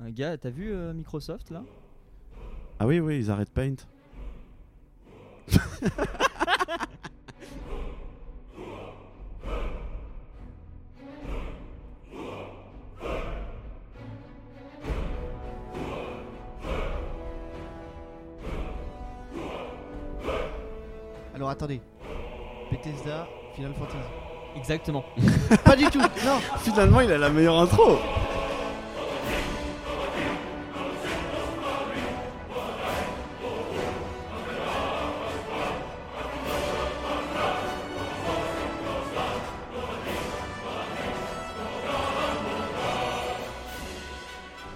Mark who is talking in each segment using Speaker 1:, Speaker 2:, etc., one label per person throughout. Speaker 1: Un gars, t'as vu euh, Microsoft là
Speaker 2: Ah oui, oui, ils arrêtent Paint.
Speaker 3: Alors attendez. Bethesda, Final Fantasy.
Speaker 1: Exactement.
Speaker 3: Pas du tout. Non.
Speaker 2: Finalement, il a la meilleure intro.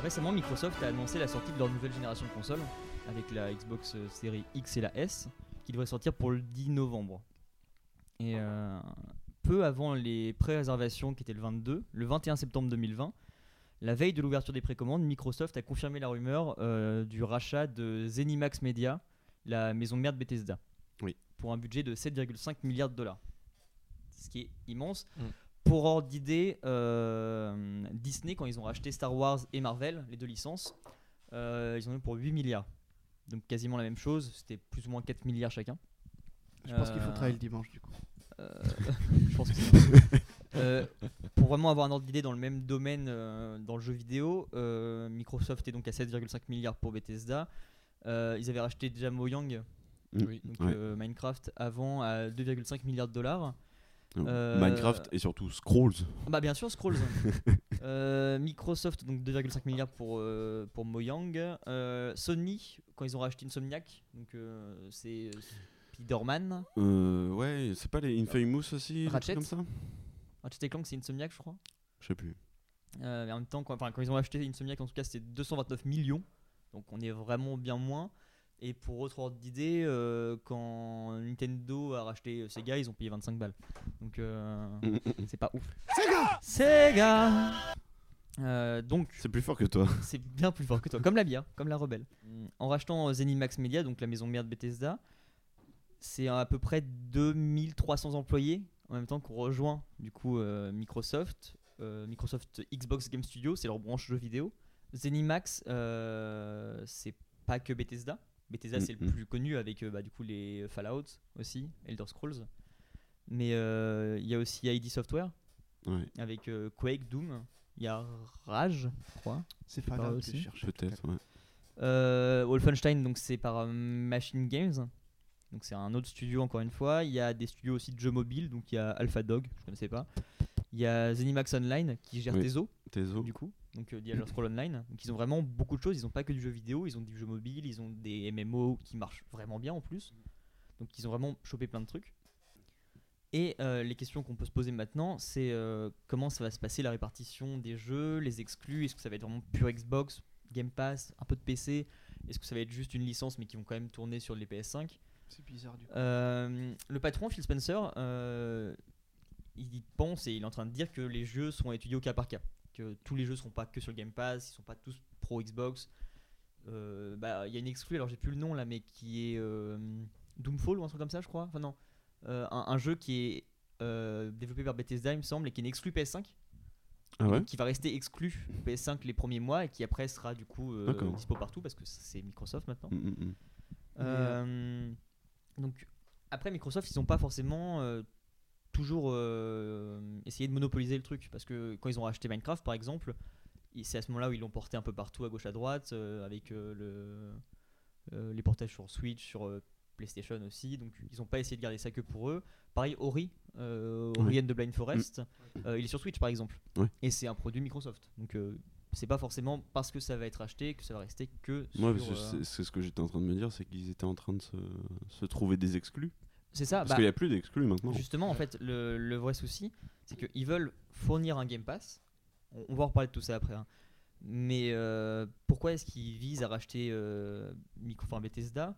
Speaker 1: Récemment, Microsoft a annoncé la sortie de leur nouvelle génération de consoles avec la Xbox série X et la S qui devrait sortir pour le 10 novembre. Et euh, peu avant les pré-réservations qui étaient le 22, le 21 septembre 2020, la veille de l'ouverture des précommandes, Microsoft a confirmé la rumeur euh, du rachat de Zenimax Media, la maison mère de Bethesda,
Speaker 2: Oui.
Speaker 1: pour un budget de 7,5 milliards de dollars. Ce qui est immense.
Speaker 4: Mm.
Speaker 1: Pour ordre d'idée, euh, Disney, quand ils ont racheté Star Wars et Marvel, les deux licences, euh, ils en ont eu pour 8 milliards. Donc quasiment la même chose, c'était plus ou moins 4 milliards chacun.
Speaker 3: Je pense qu'il faut
Speaker 1: Euh,
Speaker 3: travailler le dimanche du coup.
Speaker 1: euh, je pense que c'est- Euh, pour vraiment avoir un ordre d'idée dans le même domaine euh, dans le jeu vidéo, euh, Microsoft est donc à 7,5 milliards pour Bethesda. Euh, ils avaient racheté déjà Mojang,
Speaker 4: Oui.
Speaker 1: donc
Speaker 2: Ouais.
Speaker 1: euh, Minecraft, avant à 2,5 milliards de dollars. Euh,
Speaker 2: Minecraft et surtout Scrolls.
Speaker 1: Bah bien sûr Scrolls. Euh, Microsoft donc 2,5 milliards pour euh, pour Mojang. Euh, Sony quand ils ont racheté Insomniac, donc euh, c'est euh, Spider-Man.
Speaker 2: Euh, ouais, c'est pas les Infamous aussi, des
Speaker 1: Ratchet.
Speaker 2: trucs comme ça
Speaker 1: Ratchet Ah, Clank c'est Insomniac je crois.
Speaker 2: Je sais plus.
Speaker 1: Euh, mais en même temps, quand, enfin, quand ils ont acheté Insomniac, en tout cas, c'était 229 millions. Donc on est vraiment bien moins. Et pour autre ordre d'idée, euh, quand Nintendo a racheté euh, Sega, ils ont payé 25 balles. Donc euh,
Speaker 2: Mm,
Speaker 1: c'est pas ouf. Sega Sega Euh, Donc
Speaker 2: C'est plus fort que toi.
Speaker 1: c'est bien plus fort que toi, comme la bière, comme la rebelle. En rachetant euh, Zenimax Media, donc la maison mère de Bethesda, c'est à peu près 2300 employés en même temps qu'on rejoint du coup euh, Microsoft, Euh, Microsoft Xbox Game Studio, c'est leur branche jeux vidéo. Zenimax, euh, c'est pas que Bethesda. Bethesda c'est le
Speaker 2: Mhm.
Speaker 1: plus connu avec euh, bah, du coup les Fallout aussi, Elder Scrolls. Mais euh, il y a aussi ID Software
Speaker 2: Ouais,
Speaker 1: avec euh, Quake, Doom. Il y a Rage, je crois.
Speaker 3: C'est pas
Speaker 1: pas
Speaker 3: grave
Speaker 1: aussi.
Speaker 3: que je cherche.
Speaker 2: peut-être, ouais.
Speaker 1: Euh, Wolfenstein, donc c'est par euh, Machine Games. Donc c'est un autre studio encore une fois. Il y a des studios aussi de jeux mobiles. Donc il y a Alpha Dog, je connaissais pas. Il y a Zenimax Online qui gère
Speaker 2: Oui.
Speaker 1: Tezo,
Speaker 2: Tezo.
Speaker 1: du coup. Donc euh, The Elder Scrolls Online. Donc ils ont vraiment beaucoup de choses. Ils ont pas que du jeu vidéo. Ils ont du jeu mobile. Ils ont des MMO qui marchent vraiment bien en plus. Donc ils ont vraiment chopé plein de trucs. Et euh, les questions qu'on peut se poser maintenant, c'est euh, comment ça va se passer la répartition des jeux, les exclus. Est-ce que ça va être vraiment pure Xbox, Game Pass, un peu de PC Est-ce que ça va être juste une licence mais qui vont quand même tourner sur les PS5
Speaker 3: C'est bizarre du coup.
Speaker 1: Euh, Le patron Phil Spencer, euh, il y pense et il est en train de dire que les jeux seront étudiés au cas par cas, que tous les jeux seront pas que sur le Game Pass, ils sont pas tous pro Xbox. Euh, bah il y a une exclue, alors j'ai plus le nom là, mais qui est euh, Doomfall ou un truc comme ça, je crois. Enfin non, Euh, un, un jeu qui est euh, développé par Bethesda, il me semble, et qui est une exclue PS5
Speaker 2: Ah ouais
Speaker 1: qui va rester exclu PS5 les premiers mois et qui après sera du coup euh,
Speaker 2: D'accord.
Speaker 1: dispo partout parce que c'est Microsoft maintenant.
Speaker 2: Mm, mm, mm.
Speaker 1: Euh, donc après Microsoft, ils n'ont pas forcément euh, toujours euh, essayé de monopoliser le truc parce que quand ils ont racheté Minecraft par exemple, ils- c'est à ce moment-là où ils l'ont porté un peu partout à gauche à droite euh, avec euh, le, euh, les portages sur Switch, sur euh, PlayStation aussi. Donc ils n'ont pas essayé de garder ça que pour eux. Pareil Ori, euh, Ori and the Blind Forest,
Speaker 2: Mm.
Speaker 1: euh, il est sur Switch par exemple
Speaker 2: Ouais.
Speaker 1: et c'est un produit Microsoft. Donc euh, c'est pas forcément parce que ça va être acheté que ça va rester que sur
Speaker 2: Moi, parce que
Speaker 1: euh,
Speaker 2: c'est- c'est ce que j'étais en train de me dire, c'est qu'ils étaient en train de se, se trouver des exclus.
Speaker 1: c'est ça.
Speaker 2: Parce
Speaker 1: bah,
Speaker 2: qu'il n'y a plus d'exclus maintenant.
Speaker 1: Justement, en fait, le, le vrai souci, c'est qu'ils veulent fournir un Game Pass. On, on va en reparler de tout ça après. hein. Mais euh, pourquoi est-ce qu'ils visent à racheter euh, Micro, enfin, Bethesda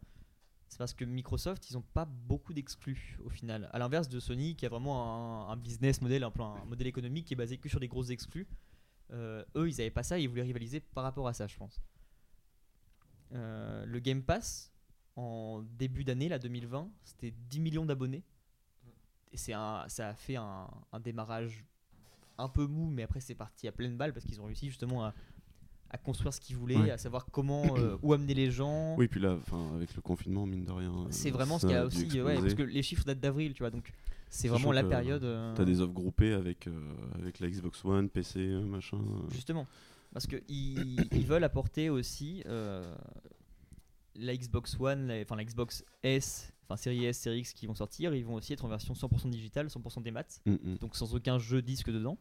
Speaker 1: C'est parce que Microsoft, ils n'ont pas beaucoup d'exclus au final. À l'inverse de Sony, qui a vraiment un, un business model, un, plan, un modèle économique qui est basé que sur des grosses exclus. Euh, eux, ils n'avaient pas ça et ils voulaient rivaliser par rapport à ça, je pense. Euh, le Game Pass, en début d'année, là 2020, c'était 10 millions d'abonnés. Et c'est un, ça a fait un, un démarrage un peu mou, mais après c'est parti à pleine balle parce qu'ils ont réussi justement à, à construire ce qu'ils voulaient,
Speaker 2: Ouais.
Speaker 1: à savoir comment, euh, où amener les gens.
Speaker 2: Oui, puis là, enfin, avec le confinement, mine de rien. euh,
Speaker 1: C'est vraiment ce
Speaker 2: ça
Speaker 1: qu'il y a
Speaker 2: dû
Speaker 1: aussi, euh, ouais, parce
Speaker 2: exploser.
Speaker 1: que les chiffres datent d'avril, tu vois, donc c'est
Speaker 2: Sachant
Speaker 1: vraiment la
Speaker 2: que
Speaker 1: période. euh,
Speaker 2: T'as des offres groupées avec, euh, avec la Xbox One, PC, euh, machin. euh.
Speaker 1: Justement, parce que ils, ils veulent apporter aussi euh, la Xbox One, la- enfin la Xbox S, enfin série S, série X qui vont sortir, ils vont aussi être en version 100% digitale, 100% des maths,
Speaker 2: Mm, mm.
Speaker 1: donc sans aucun jeu disque dedans.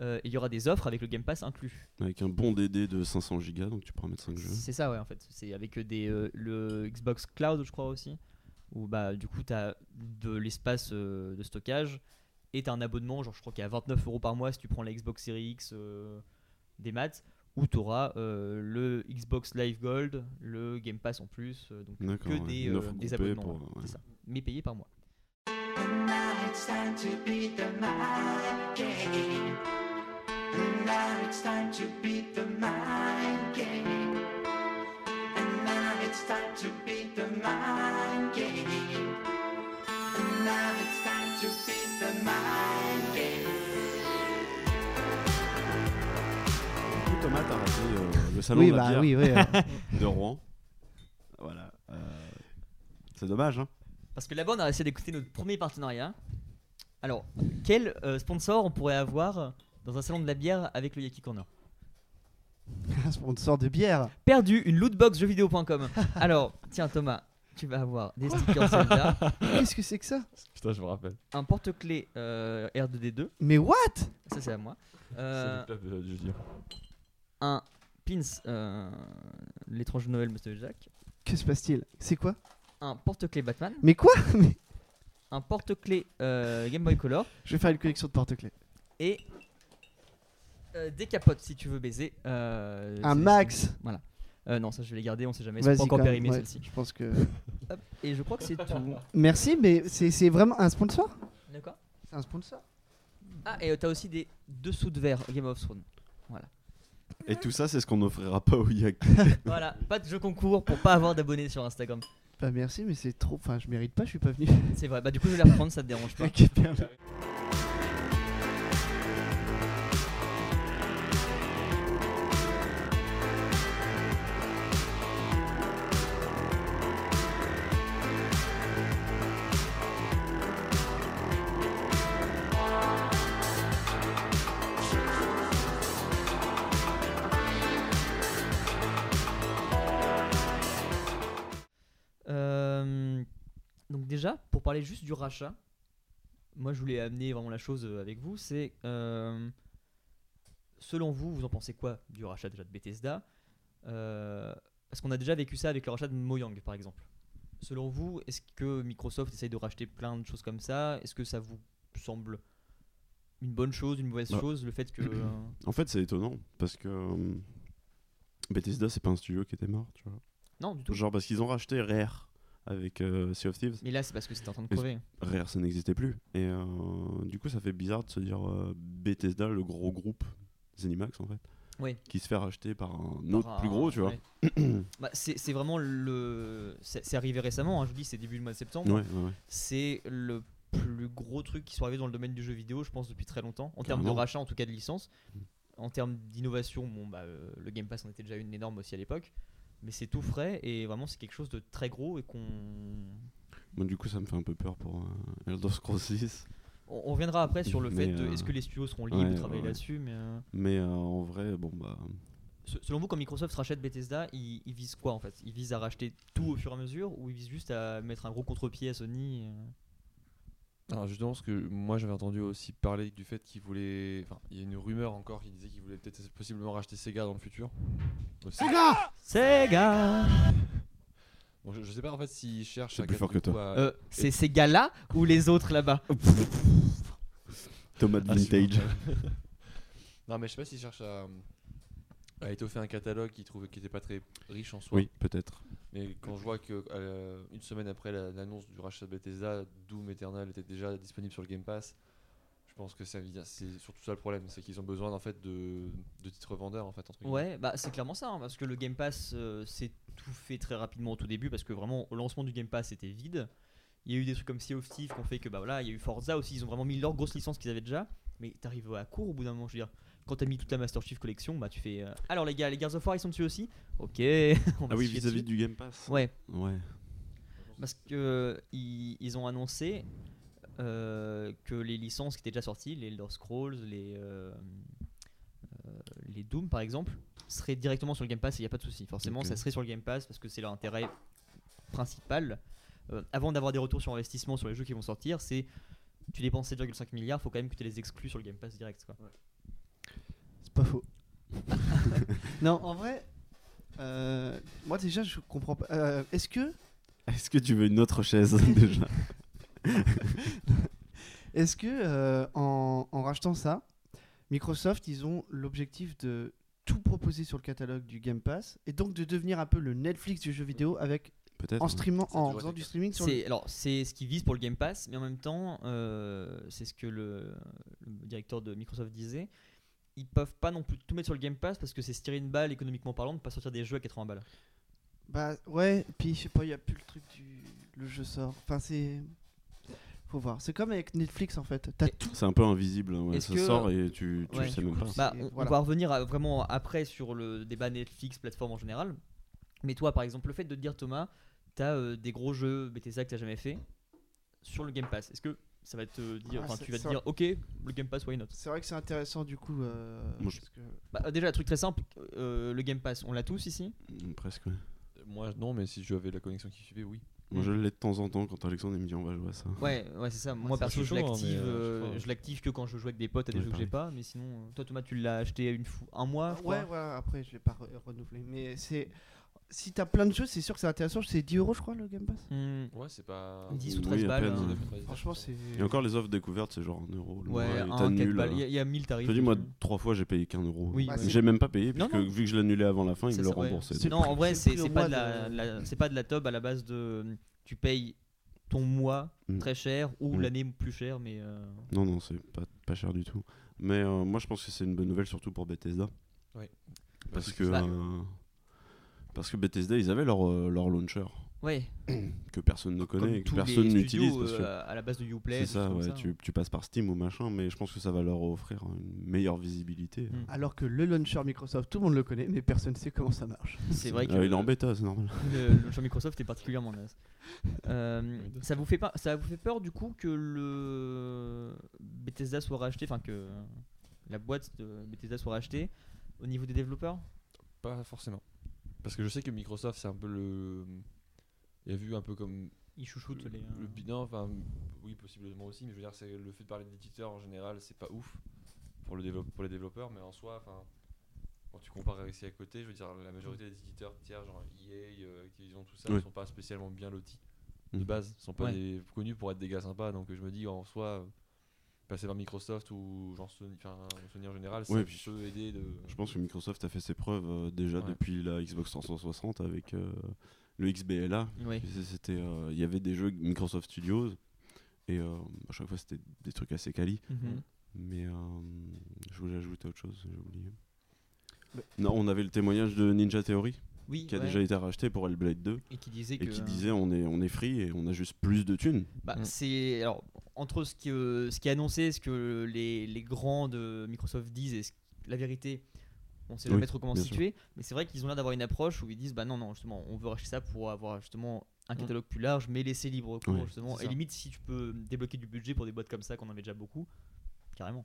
Speaker 1: Euh, il y aura des offres avec le Game Pass inclus.
Speaker 2: Avec un bon DD de 500 gigas, donc tu pourras mettre 5 jeux.
Speaker 1: C'est ça, ouais, en fait. C'est avec des, euh, le Xbox Cloud, je crois aussi, où bah, du coup, tu as de l'espace euh, de stockage et tu as un abonnement, genre je crois qu'il y a 29 euros par mois si tu prends la Xbox Series X euh, des maths, où tu auras le Xbox Live Gold, le Game Pass en plus, euh, donc
Speaker 2: D'accord.
Speaker 1: que
Speaker 2: ouais.
Speaker 1: des,
Speaker 2: Une
Speaker 1: euh,
Speaker 2: offre
Speaker 1: des
Speaker 2: groupée
Speaker 1: abonnements,
Speaker 2: pour,
Speaker 1: ouais,
Speaker 2: ouais.
Speaker 1: c'est ça. mais payés par mois.
Speaker 4: Now it's time to beat the mind game. And now it's time to beat the mind game. And now it's time to beat the mind game. And now it's time to beat the mind game.
Speaker 2: Du coup, Thomas, t'as raté euh, le salon
Speaker 3: Oui,
Speaker 2: de la
Speaker 3: bah
Speaker 2: bière
Speaker 3: oui, oui. euh,
Speaker 2: de Rouen. Voilà. euh, C'est dommage, hein
Speaker 1: Parce que là-bas, on a essayé d'écouter notre premier partenariat. Alors, quel euh, sponsor on pourrait avoir dans un salon de la bière avec le Yaki Corner
Speaker 3: un sponsor de bière.
Speaker 1: Perdu, une lootbox jeuxvideo.com. Alors, tiens Thomas, tu vas avoir des stickers Zelda,
Speaker 3: Qu'est-ce que c'est que ça
Speaker 5: Putain, je me rappelle.
Speaker 1: un porte-clés euh, R2D2,
Speaker 3: Mais what
Speaker 1: ça c'est à moi,
Speaker 5: C'est
Speaker 1: euh,
Speaker 5: le club de- du lion.
Speaker 1: un pins, euh, l'étrange Noël Monsieur Jack,
Speaker 3: Que se passe-t-il C'est quoi
Speaker 1: un porte-clés Batman,
Speaker 3: Mais quoi Mais-
Speaker 1: un porte-clés euh, Game Boy Color
Speaker 3: Je vais faire une collection de porte-clés.
Speaker 1: et euh, des capotes si tu veux baiser. euh,
Speaker 3: Un
Speaker 1: c'est-
Speaker 3: max
Speaker 1: Euh, non, ça je vais les garder, on sait jamais, c'est
Speaker 3: Vas-y,
Speaker 1: pas encore
Speaker 3: quand même,
Speaker 1: périmé
Speaker 3: ouais,
Speaker 1: celle-ci.
Speaker 3: Je pense que.
Speaker 1: Hop, Et je crois que c'est tout.
Speaker 3: Merci, mais c'est c'est vraiment un sponsor
Speaker 1: D'accord
Speaker 3: C'est un sponsor
Speaker 1: Ah, et euh, t'as aussi des dessous de verre Game of Thrones.
Speaker 2: Et tout ça, c'est ce qu'on n'offrira pas au Yak.
Speaker 1: Voilà, pas de jeu concours pour pas avoir d'abonnés sur Instagram.
Speaker 3: Bah merci, mais c'est trop. Enfin, je mérite pas, je suis pas venu.
Speaker 1: C'est vrai, bah du coup je vais la reprendre, ça te dérange pas.
Speaker 3: Ok, bien.
Speaker 1: Euh, donc déjà, pour parler juste du rachat, moi je voulais amener vraiment la chose euh, avec vous, c'est euh, selon vous, vous en pensez quoi du rachat déjà de Bethesda Euh, Parce qu'on a déjà vécu ça avec le rachat de Mojang par exemple. Selon vous, est-ce que Microsoft essaye de racheter plein de choses comme ça Est-ce que ça vous semble une bonne chose, une mauvaise
Speaker 2: Bah.
Speaker 1: chose, le fait que... euh,
Speaker 2: En fait, c'est étonnant parce que euh, Bethesda, c'est pas un studio qui était mort, tu vois.
Speaker 1: Non, du tout.
Speaker 2: Genre parce qu'ils ont racheté Rare avec euh, Sea of Thieves.
Speaker 1: Mais là, c'est parce que c'était en train de
Speaker 2: Mais-
Speaker 1: crever.
Speaker 2: Rare, ça n'existait plus. Et euh, du coup, ça fait bizarre de se dire euh, Bethesda, le gros groupe Zenimax en fait,
Speaker 1: Oui.
Speaker 2: qui se fait racheter par un autre
Speaker 1: Par
Speaker 2: plus
Speaker 1: un-
Speaker 2: gros, tu vois.
Speaker 1: ouais. Bah, c'est c'est vraiment le. C'est c'est arrivé récemment, hein, je vous dis, c'est début du mois de septembre.
Speaker 2: Ouais, ouais, ouais.
Speaker 1: C'est le plus gros truc qui soit arrivé dans le domaine du jeu vidéo, je pense, depuis très longtemps. En termes de
Speaker 2: Carrément.
Speaker 1: rachat, en tout cas de licence.
Speaker 2: Mm.
Speaker 1: En termes d'innovation, bon, bah, euh, le Game Pass en était déjà une énorme aussi à l'époque. Mais c'est tout frais et vraiment, c'est quelque chose de très gros et qu'on.
Speaker 2: Bon, du coup, ça me fait un peu peur pour euh, Elder Scrolls 6.
Speaker 1: On, on reviendra après sur le
Speaker 2: Mais,
Speaker 1: fait de
Speaker 2: euh,
Speaker 1: est-ce que les studios seront libres
Speaker 2: ouais,
Speaker 1: de
Speaker 2: ouais,
Speaker 1: travailler
Speaker 2: ouais.
Speaker 1: là-dessus, mais. euh,
Speaker 2: Mais euh, en vrai, bon bah.
Speaker 1: Se- Selon vous, quand Microsoft rachète Bethesda, ils, ils visent quoi en fait Ils visent à racheter tout au fur et à mesure ou ils visent juste à mettre un gros contre-pied à Sony euh
Speaker 5: Alors justement, parce que moi j'avais entendu aussi parler du fait qu'il voulait. Enfin, il y a une rumeur encore qui disait qu'il voulait peut-être possiblement racheter Sega dans le futur. Aussi.
Speaker 1: Sega
Speaker 5: Donc je, je sais pas en fait s'il cherche.
Speaker 2: C'est
Speaker 5: à
Speaker 2: plus fort
Speaker 5: capter
Speaker 2: que
Speaker 5: le coup à-
Speaker 1: Euh, C'est ces gars-là ou les autres là-bas
Speaker 2: Thomas
Speaker 1: Ah,
Speaker 2: de
Speaker 5: à
Speaker 2: Vintage.
Speaker 5: suivre. non mais je sais pas s'il cherche à, à étoffer un catalogue qu'il trouvait qui était pas très riche en soi.
Speaker 2: Oui, peut-être.
Speaker 5: Mais quand je vois que euh, une semaine après la- l'annonce du rachat de Bethesda, Doom Eternal était déjà disponible sur le Game Pass. Je pense que ça vient- c'est surtout ça le problème, c'est qu'ils ont besoin en fait de, de titres vendeurs en fait entre guillemets.
Speaker 1: Ouais, bah c'est clairement ça, hein, parce que le Game Pass euh, s'est tout fait très rapidement au tout début, parce que vraiment au lancement du Game Pass c'était vide. Il y a eu des trucs comme Sea of Thieves qui ont fait que bah voilà, il y a eu Forza aussi, ils ont vraiment mis leur grosse licence qu'ils avaient déjà, mais t'arrives à court au bout d'un moment, je veux dire. Quand t'as mis toute la Master Chief Collection, bah tu fais. euh, Alors les gars, les Gears of War ils sont dessus aussi Ok, on va
Speaker 2: Ah oui,
Speaker 1: se chier dessus.
Speaker 2: vis-à-vis du Game Pass.
Speaker 1: Ouais,
Speaker 2: Ouais.
Speaker 1: parce que euh, ils, ils ont annoncé euh, que les licences qui étaient déjà sorties, les Elder Scrolls, les, euh, euh, les Doom par exemple, seraient directement sur le Game Pass et il n'y a pas de souci. Forcément,
Speaker 2: Ok.
Speaker 1: ça serait sur le Game Pass parce que c'est leur intérêt principal. Euh, avant d'avoir des retours sur investissement sur les jeux qui vont sortir, c'est tu dépenses 7,5 milliards, faut quand même que tu les exclus sur le Game Pass direct. Quoi.
Speaker 3: C'est pas faux. non, en vrai, euh, moi déjà, je comprends pas. Euh, Est-ce que,
Speaker 2: Est-ce que tu veux une autre chaise déjà
Speaker 3: est-ce que euh, en, en rachetant ça, Microsoft, ils ont l'objectif de tout proposer sur le catalogue du Game Pass et donc de devenir un peu le Netflix du jeu vidéo avec
Speaker 2: Peut-être. hein.
Speaker 3: en
Speaker 2: ouais.
Speaker 3: streamant,
Speaker 5: Ça a
Speaker 3: en
Speaker 5: toujours
Speaker 3: faisant
Speaker 5: été
Speaker 3: du
Speaker 5: le cas.
Speaker 3: streaming sur. le-
Speaker 1: C'est alors c'est ce qu'ils visent pour le Game Pass, mais en même temps, euh, c'est ce que le, le directeur de Microsoft disait. Ils peuvent pas non plus tout mettre sur le Game Pass parce que c'est se tirer une balle économiquement parlant de pas sortir des jeux à 80 balles.
Speaker 3: Bah ouais, puis je sais pas, il y a plus le truc du le jeu sort. Enfin c'est, faut voir. C'est comme avec Netflix en fait. T'as
Speaker 1: Et-
Speaker 3: tout.
Speaker 2: C'est un peu invisible. hein, ouais,
Speaker 1: Est-ce
Speaker 2: Ça
Speaker 1: que-
Speaker 2: sort et tu, tu
Speaker 1: Ouais.
Speaker 2: le sais
Speaker 3: Du
Speaker 2: même
Speaker 3: coup,
Speaker 2: pas.
Speaker 3: c'est-
Speaker 1: Bah, on, on
Speaker 3: voilà.
Speaker 1: va revenir à- vraiment après sur le débat Netflix plateforme en général. Mais toi, par exemple, le fait de te dire Thomas, t'as as des gros jeux Bethesda que t'as jamais fait sur le Game Pass. Est-ce que ça va te dire,
Speaker 3: Ah,
Speaker 1: enfin,
Speaker 3: c'est-
Speaker 1: tu vas te
Speaker 3: ça-
Speaker 1: dire, ok, le Game Pass, why not
Speaker 3: C'est vrai que c'est intéressant du coup. euh,
Speaker 2: Moi, je-
Speaker 3: parce que-
Speaker 1: Bah, euh, Déjà, un truc très simple, euh, le Game Pass, on l'a tous ici.
Speaker 2: Mm, Presque. ouais.
Speaker 5: Moi, non, mais si j'avais la connexion qui suivait, oui.
Speaker 2: Moi, je l'ai de temps en temps quand Alexandre il me dit on va jouer à ça.
Speaker 1: Ouais, ouais, c'est ça. Moi
Speaker 5: c'est
Speaker 1: perso,
Speaker 5: assez
Speaker 1: je
Speaker 5: chaud, hein, mais,
Speaker 1: l'active,
Speaker 5: euh, je sais
Speaker 1: euh,
Speaker 5: pas.
Speaker 1: je l'active que quand je joue avec des potes à des
Speaker 2: Ouais,
Speaker 1: jeux que j'ai pas. Mais sinon, euh, toi Thomas, tu l'as acheté une fou- un mois, je crois.
Speaker 3: ouais, voilà. Après, je l'ai pas re- renouvelé. Mais c'est, si t'as plein de jeux, c'est sûr que c'est intéressant. C'est 10 euros, je crois, le Game Pass.
Speaker 1: Hmm,
Speaker 5: Ouais, c'est pas.
Speaker 1: 10 ou
Speaker 2: Oui,
Speaker 1: 13
Speaker 2: à
Speaker 1: balles.
Speaker 2: peine,
Speaker 1: hein.
Speaker 2: ouais.
Speaker 3: Franchement, c'est.
Speaker 2: Et encore les offres découvertes, c'est genre 1 euro. le
Speaker 1: Ouais,
Speaker 2: mois, et
Speaker 1: un,
Speaker 2: t'annules,
Speaker 1: quatre balles. Il y
Speaker 2: euh,
Speaker 1: a- il y, a 1000
Speaker 2: Je
Speaker 1: tarifs. euh,
Speaker 2: te dis, moi,
Speaker 1: dessus.
Speaker 2: trois fois, j'ai payé qu'un euro.
Speaker 1: Oui,
Speaker 3: Bah,
Speaker 1: ouais.
Speaker 3: c'est-
Speaker 2: J'ai même pas payé,
Speaker 1: Non,
Speaker 2: puisque
Speaker 1: non.
Speaker 2: vu que je l'annulais avant la fin, ils
Speaker 1: C'est
Speaker 2: me le
Speaker 1: ça, ouais.
Speaker 2: remboursaient.
Speaker 3: C'est-
Speaker 1: Non, en vrai,
Speaker 3: c'est le
Speaker 1: c'est
Speaker 3: prix
Speaker 1: c'est
Speaker 3: au
Speaker 1: pas,
Speaker 3: mois
Speaker 1: de la,
Speaker 3: de-
Speaker 1: la- c'est pas de la top à la base de. Tu payes ton mois
Speaker 2: Mm.
Speaker 1: très cher ou
Speaker 2: Mm.
Speaker 1: l'année plus chère, mais. euh,
Speaker 2: Non, non, c'est pas, pas cher du tout. Mais euh, moi, je pense que c'est une bonne nouvelle, surtout pour Bethesda.
Speaker 5: Ouais.
Speaker 2: Parce que,
Speaker 1: Bah.
Speaker 2: euh, parce que Bethesda, ils avaient leur, euh, leur launcher
Speaker 1: Ouais,
Speaker 2: que personne ne
Speaker 1: comme
Speaker 2: connaît et que
Speaker 1: tous les
Speaker 2: personne
Speaker 1: studios,
Speaker 2: n'utilise. parce que
Speaker 1: euh, à la base de Uplay. des
Speaker 2: C'est ça,
Speaker 1: trucs comme
Speaker 2: ouais,
Speaker 1: ça. hein.
Speaker 2: tu, tu passes par Steam ou machin, mais je pense que ça va leur offrir une meilleure visibilité.
Speaker 1: Mm.
Speaker 3: Alors que le launcher Microsoft, tout le monde le connaît, mais personne ne sait comment ça marche.
Speaker 1: C'est vrai que.
Speaker 2: Ah, il est en bêta, c'est normal.
Speaker 1: le, le launcher Microsoft est particulièrement naze. Euh,
Speaker 5: Windows.
Speaker 1: ça vous fait pas, ça vous fait peur du coup que le Bethesda soit racheté, enfin que la boîte de Bethesda soit rachetée au niveau des développeurs
Speaker 5: Pas forcément. Parce que je sais que Microsoft, c'est un peu le. Il y a vu un peu comme.
Speaker 1: Ils chouchoutent
Speaker 5: le,
Speaker 1: les. euh,
Speaker 5: le bi- non, enfin, oui, possiblement aussi, mais je veux dire, c'est le fait de parler d'éditeur en général, c'est pas ouf pour, le développe- pour les développeurs, mais en soi, enfin. Quand tu compares avec ici à côté, je veux dire, la majorité des éditeurs tiers, genre EA, euh, Activision, tout ça,
Speaker 2: Oui.
Speaker 5: ne sont pas spécialement bien lotis de
Speaker 2: Mhm.
Speaker 5: base. Ils sont pas
Speaker 1: Ouais.
Speaker 5: des- connus pour être des gars sympas, donc euh, je me dis, en soi, euh, passer par Microsoft ou genre Sony, enfin, Sony en général, ça
Speaker 2: Oui, puis-
Speaker 5: peut aider de.
Speaker 2: Je pense que Microsoft a fait ses preuves euh, déjà
Speaker 5: Ouais.
Speaker 2: depuis la Xbox 360 avec euh, le XBLA.
Speaker 1: Ouais.
Speaker 2: Et c'est- c'était, euh, Il y avait des jeux Microsoft Studios, et euh, à chaque fois c'était des trucs assez quali.
Speaker 1: Mhm.
Speaker 2: Mais euh, je voulais ajouter autre chose, j'ai oublié. Non, on avait le témoignage de Ninja Theory
Speaker 1: Oui.
Speaker 2: qui a
Speaker 1: ouais.
Speaker 2: déjà été racheté pour Hellblade 2
Speaker 1: Et qui disait que. euh,
Speaker 2: et qui disait on est, on est free et on a juste plus de thunes.
Speaker 1: Bah,
Speaker 5: Mm.
Speaker 1: c'est alors entre ce qui, euh, ce qui est annoncé, ce que les, les grands de Microsoft disent et ce- la vérité, on sait
Speaker 2: Oui,
Speaker 1: jamais trop comment se
Speaker 2: bien
Speaker 1: situer. Mais c'est vrai qu'ils ont l'air d'avoir une approche où ils disent bah non non justement on veut racheter ça pour avoir justement un
Speaker 5: Mm.
Speaker 1: catalogue plus large, mais laisser libre cours
Speaker 2: Oui,
Speaker 1: justement.
Speaker 5: c'est
Speaker 1: Et
Speaker 5: ça.
Speaker 1: limite si tu peux débloquer du budget pour des boîtes comme ça qu'on en avait déjà beaucoup, carrément.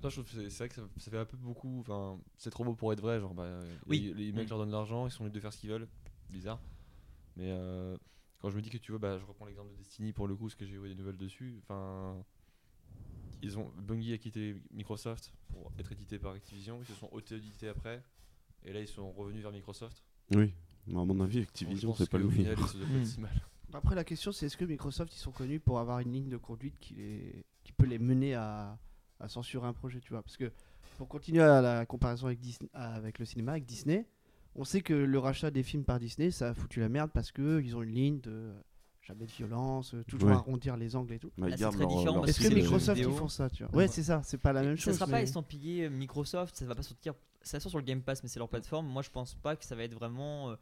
Speaker 5: Ça, je trouve que c'est- c'est vrai que ça, ça fait un peu beaucoup. Enfin, c'est trop beau pour être vrai. Genre, bah, euh,
Speaker 1: Oui.
Speaker 5: les, les mecs
Speaker 1: Mm.
Speaker 5: leur donnent de l'argent, ils sont libres de faire ce qu'ils veulent. Bizarre. Mais euh, quand je me dis que tu vois, bah, je reprends l'exemple de Destiny pour le coup, parce que j'ai eu des nouvelles dessus. Enfin, ils ont Bungie a quitté Microsoft pour être édité par Activision. Ils se sont auto-édités après, et là ils sont revenus vers Microsoft.
Speaker 2: Oui, à mon avis,
Speaker 5: Donc, je
Speaker 2: Activision,
Speaker 5: pense
Speaker 2: c'est pas
Speaker 5: qu'au
Speaker 2: le
Speaker 5: final, ils se doivent pas
Speaker 1: Mm.
Speaker 5: si mal.
Speaker 3: Après, la question, c'est est-ce que Microsoft, ils sont connus pour avoir une ligne de conduite qui, les... qui peut les mener à... à censurer un projet, tu vois Parce que, pour continuer à la comparaison avec, Disney... avec le cinéma, avec Disney, on sait que le rachat des films par Disney, ça a foutu la merde parce que ils ont une ligne de euh, jamais de violence, euh, toujours
Speaker 2: Ouais.
Speaker 3: arrondir les angles et tout.
Speaker 2: Bah,
Speaker 1: Ah,
Speaker 2: ils gardent
Speaker 1: c'est très
Speaker 2: leur-
Speaker 1: différent
Speaker 2: leur
Speaker 1: parce
Speaker 3: Est-ce
Speaker 1: que
Speaker 3: que
Speaker 2: style,
Speaker 1: les jeux
Speaker 3: Microsoft,
Speaker 1: vidéo-
Speaker 3: ils font ça, tu vois
Speaker 1: Ouais.
Speaker 3: Ouais, c'est ça, c'est pas la Bah, même chose.
Speaker 1: ça sera
Speaker 3: mais-
Speaker 1: pas estampillé euh, Microsoft, ça va pas sortir. Ça sort sur le Game Pass, mais c'est leur plateforme. Moi, je pense pas que ça va être vraiment euh,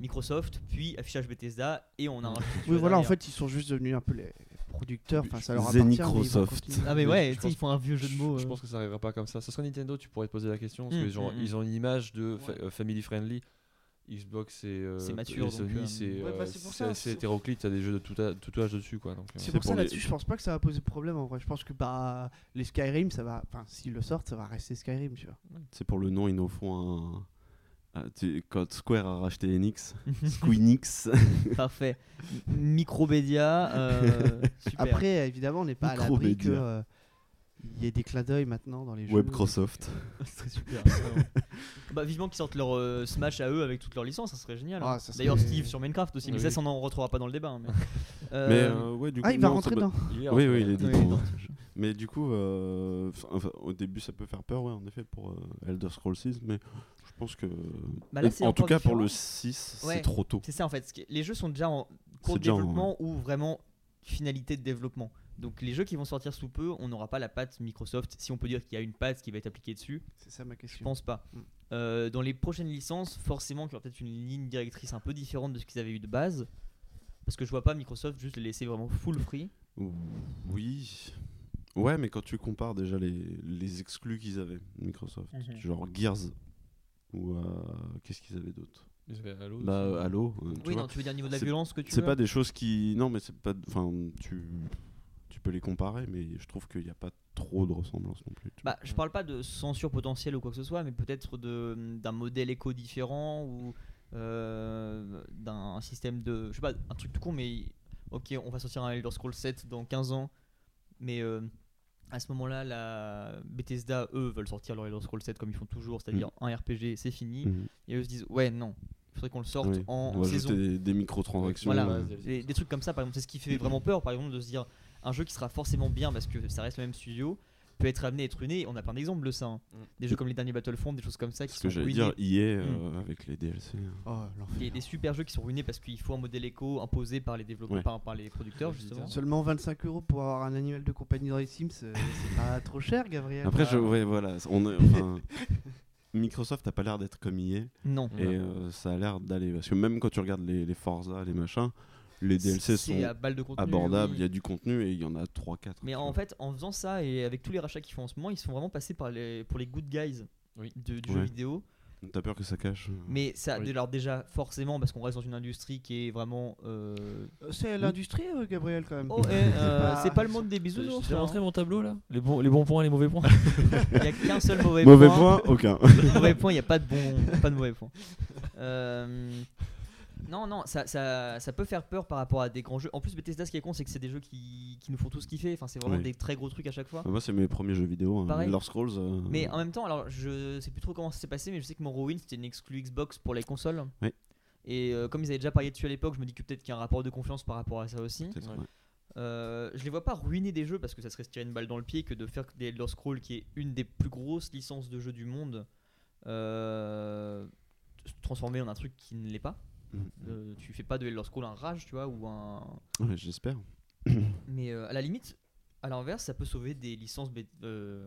Speaker 1: Microsoft, puis affichage Bethesda, et on a un.
Speaker 5: Mm.
Speaker 3: Oui, voilà, en fait, ils sont juste devenus un peu les producteurs, enfin ça leur appartient. mais ils vont
Speaker 2: Zenicrosoft.
Speaker 3: continuer.
Speaker 1: Ah mais
Speaker 5: Mais
Speaker 1: ouais,
Speaker 5: je
Speaker 1: tu sais,
Speaker 5: pense-
Speaker 1: ils font un vieux jeu de
Speaker 5: Je-
Speaker 1: mots.
Speaker 5: Je
Speaker 1: euh.
Speaker 5: pense que ça arrivera pas comme ça. Ça serait Nintendo, tu pourrais te poser la question. Parce
Speaker 1: Mm,
Speaker 5: que genre,
Speaker 1: mm, mm.
Speaker 5: ils ont une image de fa- euh, family friendly. Xbox et, euh,
Speaker 1: C'est
Speaker 5: et
Speaker 1: mature, donc,
Speaker 5: Sony,
Speaker 1: euh,
Speaker 5: c'est
Speaker 1: Ouais,
Speaker 5: euh,
Speaker 3: bah, c'est pour
Speaker 5: c'est
Speaker 3: ça,
Speaker 5: assez
Speaker 3: c'est-
Speaker 5: hétéroclite. T'as des jeux de tout, a- tout âge dessus, quoi. Donc, euh,
Speaker 3: C'est
Speaker 2: C'est
Speaker 3: pour ça
Speaker 2: pour les-
Speaker 3: là-dessus, je pense pas que ça va poser problème en vrai. Je pense que bah les Skyrim, ça va, enfin s'ils le sortent, ça va rester Skyrim, tu vois.
Speaker 2: C'est pour le nom, ils nous font un. Ah, tu- Quand Square a racheté Enix, Squeenix.
Speaker 1: euh, Parfait. M- Microbédia. euh, super.
Speaker 3: Après, évidemment, on n'est pas à l'abri que
Speaker 2: Micromédia.
Speaker 3: euh, il y ait des clins d'œil maintenant dans les jeux.
Speaker 2: Webcrosoft.
Speaker 1: Ce serait super. vraiment. bah, vivement qu'ils sortent leur euh, Smash à eux avec toutes leurs licences, ça serait génial. hein.
Speaker 3: Ah, ça serait-
Speaker 1: D'ailleurs, Steve sur Minecraft aussi, mais
Speaker 5: Oui.
Speaker 1: ça, ça, on en retrouvera pas dans le débat. hein, mais Euh,
Speaker 2: Mais euh, ouais, du coup.
Speaker 3: Ah, il va
Speaker 2: non, ça
Speaker 3: rentrer
Speaker 2: peut-
Speaker 3: dedans.
Speaker 5: il est
Speaker 2: Oui,
Speaker 5: hard,
Speaker 2: oui, il
Speaker 5: euh,
Speaker 1: oui,
Speaker 2: est dedans.
Speaker 1: non.
Speaker 2: Mais du coup, euh, fin- enfin, au début, ça peut faire peur, ouais, en effet, pour euh, Elder Scrolls 6. Mais je pense que.
Speaker 1: Bah là,
Speaker 2: Et-
Speaker 1: c'est
Speaker 2: en tout
Speaker 1: encore
Speaker 2: cas, pour le
Speaker 1: différent.
Speaker 2: 6,
Speaker 1: Ouais.
Speaker 2: c'est trop tôt.
Speaker 1: C'est ça en fait. ce qui- Les jeux sont déjà en cours
Speaker 2: C'est
Speaker 1: de
Speaker 2: déjà en-
Speaker 1: développement ou vraiment finalité de développement. Donc les jeux qui vont sortir sous peu, on n'aura pas la patte Microsoft. Si on peut dire qu'il y a une patte qui va être appliquée dessus,
Speaker 3: C'est ça ma
Speaker 1: je
Speaker 3: question.
Speaker 1: pense pas.
Speaker 3: Mm.
Speaker 1: Euh, dans les prochaines licences, forcément qu'il y aura peut-être une ligne directrice un peu différente de ce qu'ils avaient eu de base. Parce que je vois pas Microsoft juste les laisser vraiment full free.
Speaker 2: Oui. Ouais, mais quand tu compares déjà les, les exclus qu'ils avaient, Microsoft,
Speaker 1: Mhm.
Speaker 2: genre Gears, ou euh, qu'est-ce qu'ils avaient d'autre
Speaker 5: ils avaient Halo
Speaker 2: Bah,
Speaker 5: aussi.
Speaker 2: euh, Halo. euh, tu
Speaker 1: oui,
Speaker 2: vois.
Speaker 1: non, tu veux dire au niveau de la
Speaker 2: c'est-
Speaker 1: violence que tu
Speaker 2: C'est
Speaker 1: veux
Speaker 2: pas des choses qui. Non, mais c'est pas. Enfin, tu. Tu peux les comparer, mais je trouve qu'il n'y a pas trop de ressemblance non plus. tu
Speaker 1: Bah, je parle pas de censure potentielle ou quoi que ce soit, mais peut-être de- d'un modèle éco différent ou euh, d'un système de. Je sais pas, un truc tout con, mais ok, on va sortir un Elder Scrolls 7 dans 15 ans, mais euh, à ce moment-là, la Bethesda, eux, veulent sortir leur Elder Scrolls 7 comme ils font toujours, c'est-à-dire
Speaker 2: Mm.
Speaker 1: un RPG, c'est fini,
Speaker 2: Mhm.
Speaker 1: et eux se disent, ouais, non, il faudrait qu'on le sorte
Speaker 2: Oui.
Speaker 1: en
Speaker 2: On va
Speaker 1: saison.
Speaker 2: ajouter des, des microtransactions.
Speaker 1: Voilà.
Speaker 2: euh,
Speaker 1: Des, des trucs comme ça, par exemple, c'est ce qui fait vraiment peur, par exemple, de se dire un jeu qui sera forcément bien parce que ça reste le même studio peut être amené à être ruiné. On a plein d'exemples de ça. hein.
Speaker 5: Mm.
Speaker 1: Des jeux comme les derniers Battlefront, des choses comme ça qui
Speaker 2: ce
Speaker 1: sont
Speaker 2: que j'allais
Speaker 1: ruinés.
Speaker 2: dire, Mm. hier avec les DLC. hein.
Speaker 3: Oh, l'enfer.
Speaker 1: Des, des super jeux qui sont ruinés parce qu'il faut un modèle éco imposé par les développeurs,
Speaker 2: Ouais.
Speaker 1: par, par les producteurs justement.
Speaker 3: Seulement 25 euros pour avoir un animal de compagnie dans les Sims, euh, c'est pas trop cher, Gabriel. Bah,
Speaker 2: Après, je, ouais, voilà. On est- enfin, Microsoft a pas l'air d'être comme hier.
Speaker 1: Non.
Speaker 5: Mm.
Speaker 2: Et euh, ça a l'air d'aller. Parce que même quand tu regardes les, les Forza, les machins, les DLC
Speaker 1: C'est
Speaker 2: sont
Speaker 1: à balle de contenu.
Speaker 2: abordables,
Speaker 1: oui.
Speaker 2: il y a du contenu et il y en a 3-4.
Speaker 1: Mais en fait, en faisant ça et avec tous les rachats qu'ils font en ce moment, ils sont vraiment passés par les, pour les good guys
Speaker 5: Oui. Mm.
Speaker 1: de- du
Speaker 2: Ouais.
Speaker 1: jeu vidéo.
Speaker 2: T'as peur que ça cache euh,
Speaker 1: Mais ça,
Speaker 5: Oui.
Speaker 1: dès lors, déjà, forcément, parce qu'on reste dans une industrie qui est vraiment. euh,
Speaker 3: Euh, C'est l'industrie, euh, Gabriel, quand même.
Speaker 1: Oh, eh, euh,
Speaker 3: pas-
Speaker 1: c'est pas le monde des bisounours.
Speaker 5: J'ai
Speaker 1: ça, hein.
Speaker 5: rentré mon tableau là les bons, les bons points et les mauvais points.
Speaker 1: Il n'y a qu'un seul mauvais,
Speaker 2: Mauvais point, aucun.
Speaker 1: Le mauvais point, il n'y a pas de bon, pas de mauvais point. Euh, non, non, ça, ça, ça peut faire peur par rapport à des grands jeux. En plus, Bethesda, ce qui est con, c'est que c'est des jeux qui, qui nous font tous kiffer. Enfin, c'est vraiment
Speaker 2: Oui.
Speaker 1: des très gros trucs à chaque fois.
Speaker 2: Ah, Moi, c'est mes premiers jeux vidéo. hein.
Speaker 1: Pareil.
Speaker 2: Elder Scrolls. euh,
Speaker 1: Mais en même temps, alors je sais plus trop comment ça s'est passé, mais je sais que Morrowind c'était une exclue Xbox pour les consoles.
Speaker 2: Oui.
Speaker 1: Et euh, comme ils avaient déjà parlé dessus à l'époque, je me dis que peut-être qu'il y a un rapport de confiance par rapport à ça aussi.
Speaker 2: peut-être,
Speaker 5: Ouais.
Speaker 2: ouais.
Speaker 1: Euh, je les vois pas ruiner des jeux parce que ça serait se tirer une balle dans le pied que de faire des Elder Scrolls qui est une des plus grosses licences de jeux du monde euh, se transformer en un truc qui ne l'est pas.
Speaker 2: Mhm.
Speaker 5: Mm.
Speaker 1: Euh, tu fais pas de Elder Scrolls un rage, tu vois, ou un.
Speaker 2: Mm. Ouais, J'espère.
Speaker 1: Mais euh, à la limite, à l'inverse, ça peut sauver des licences bê- euh,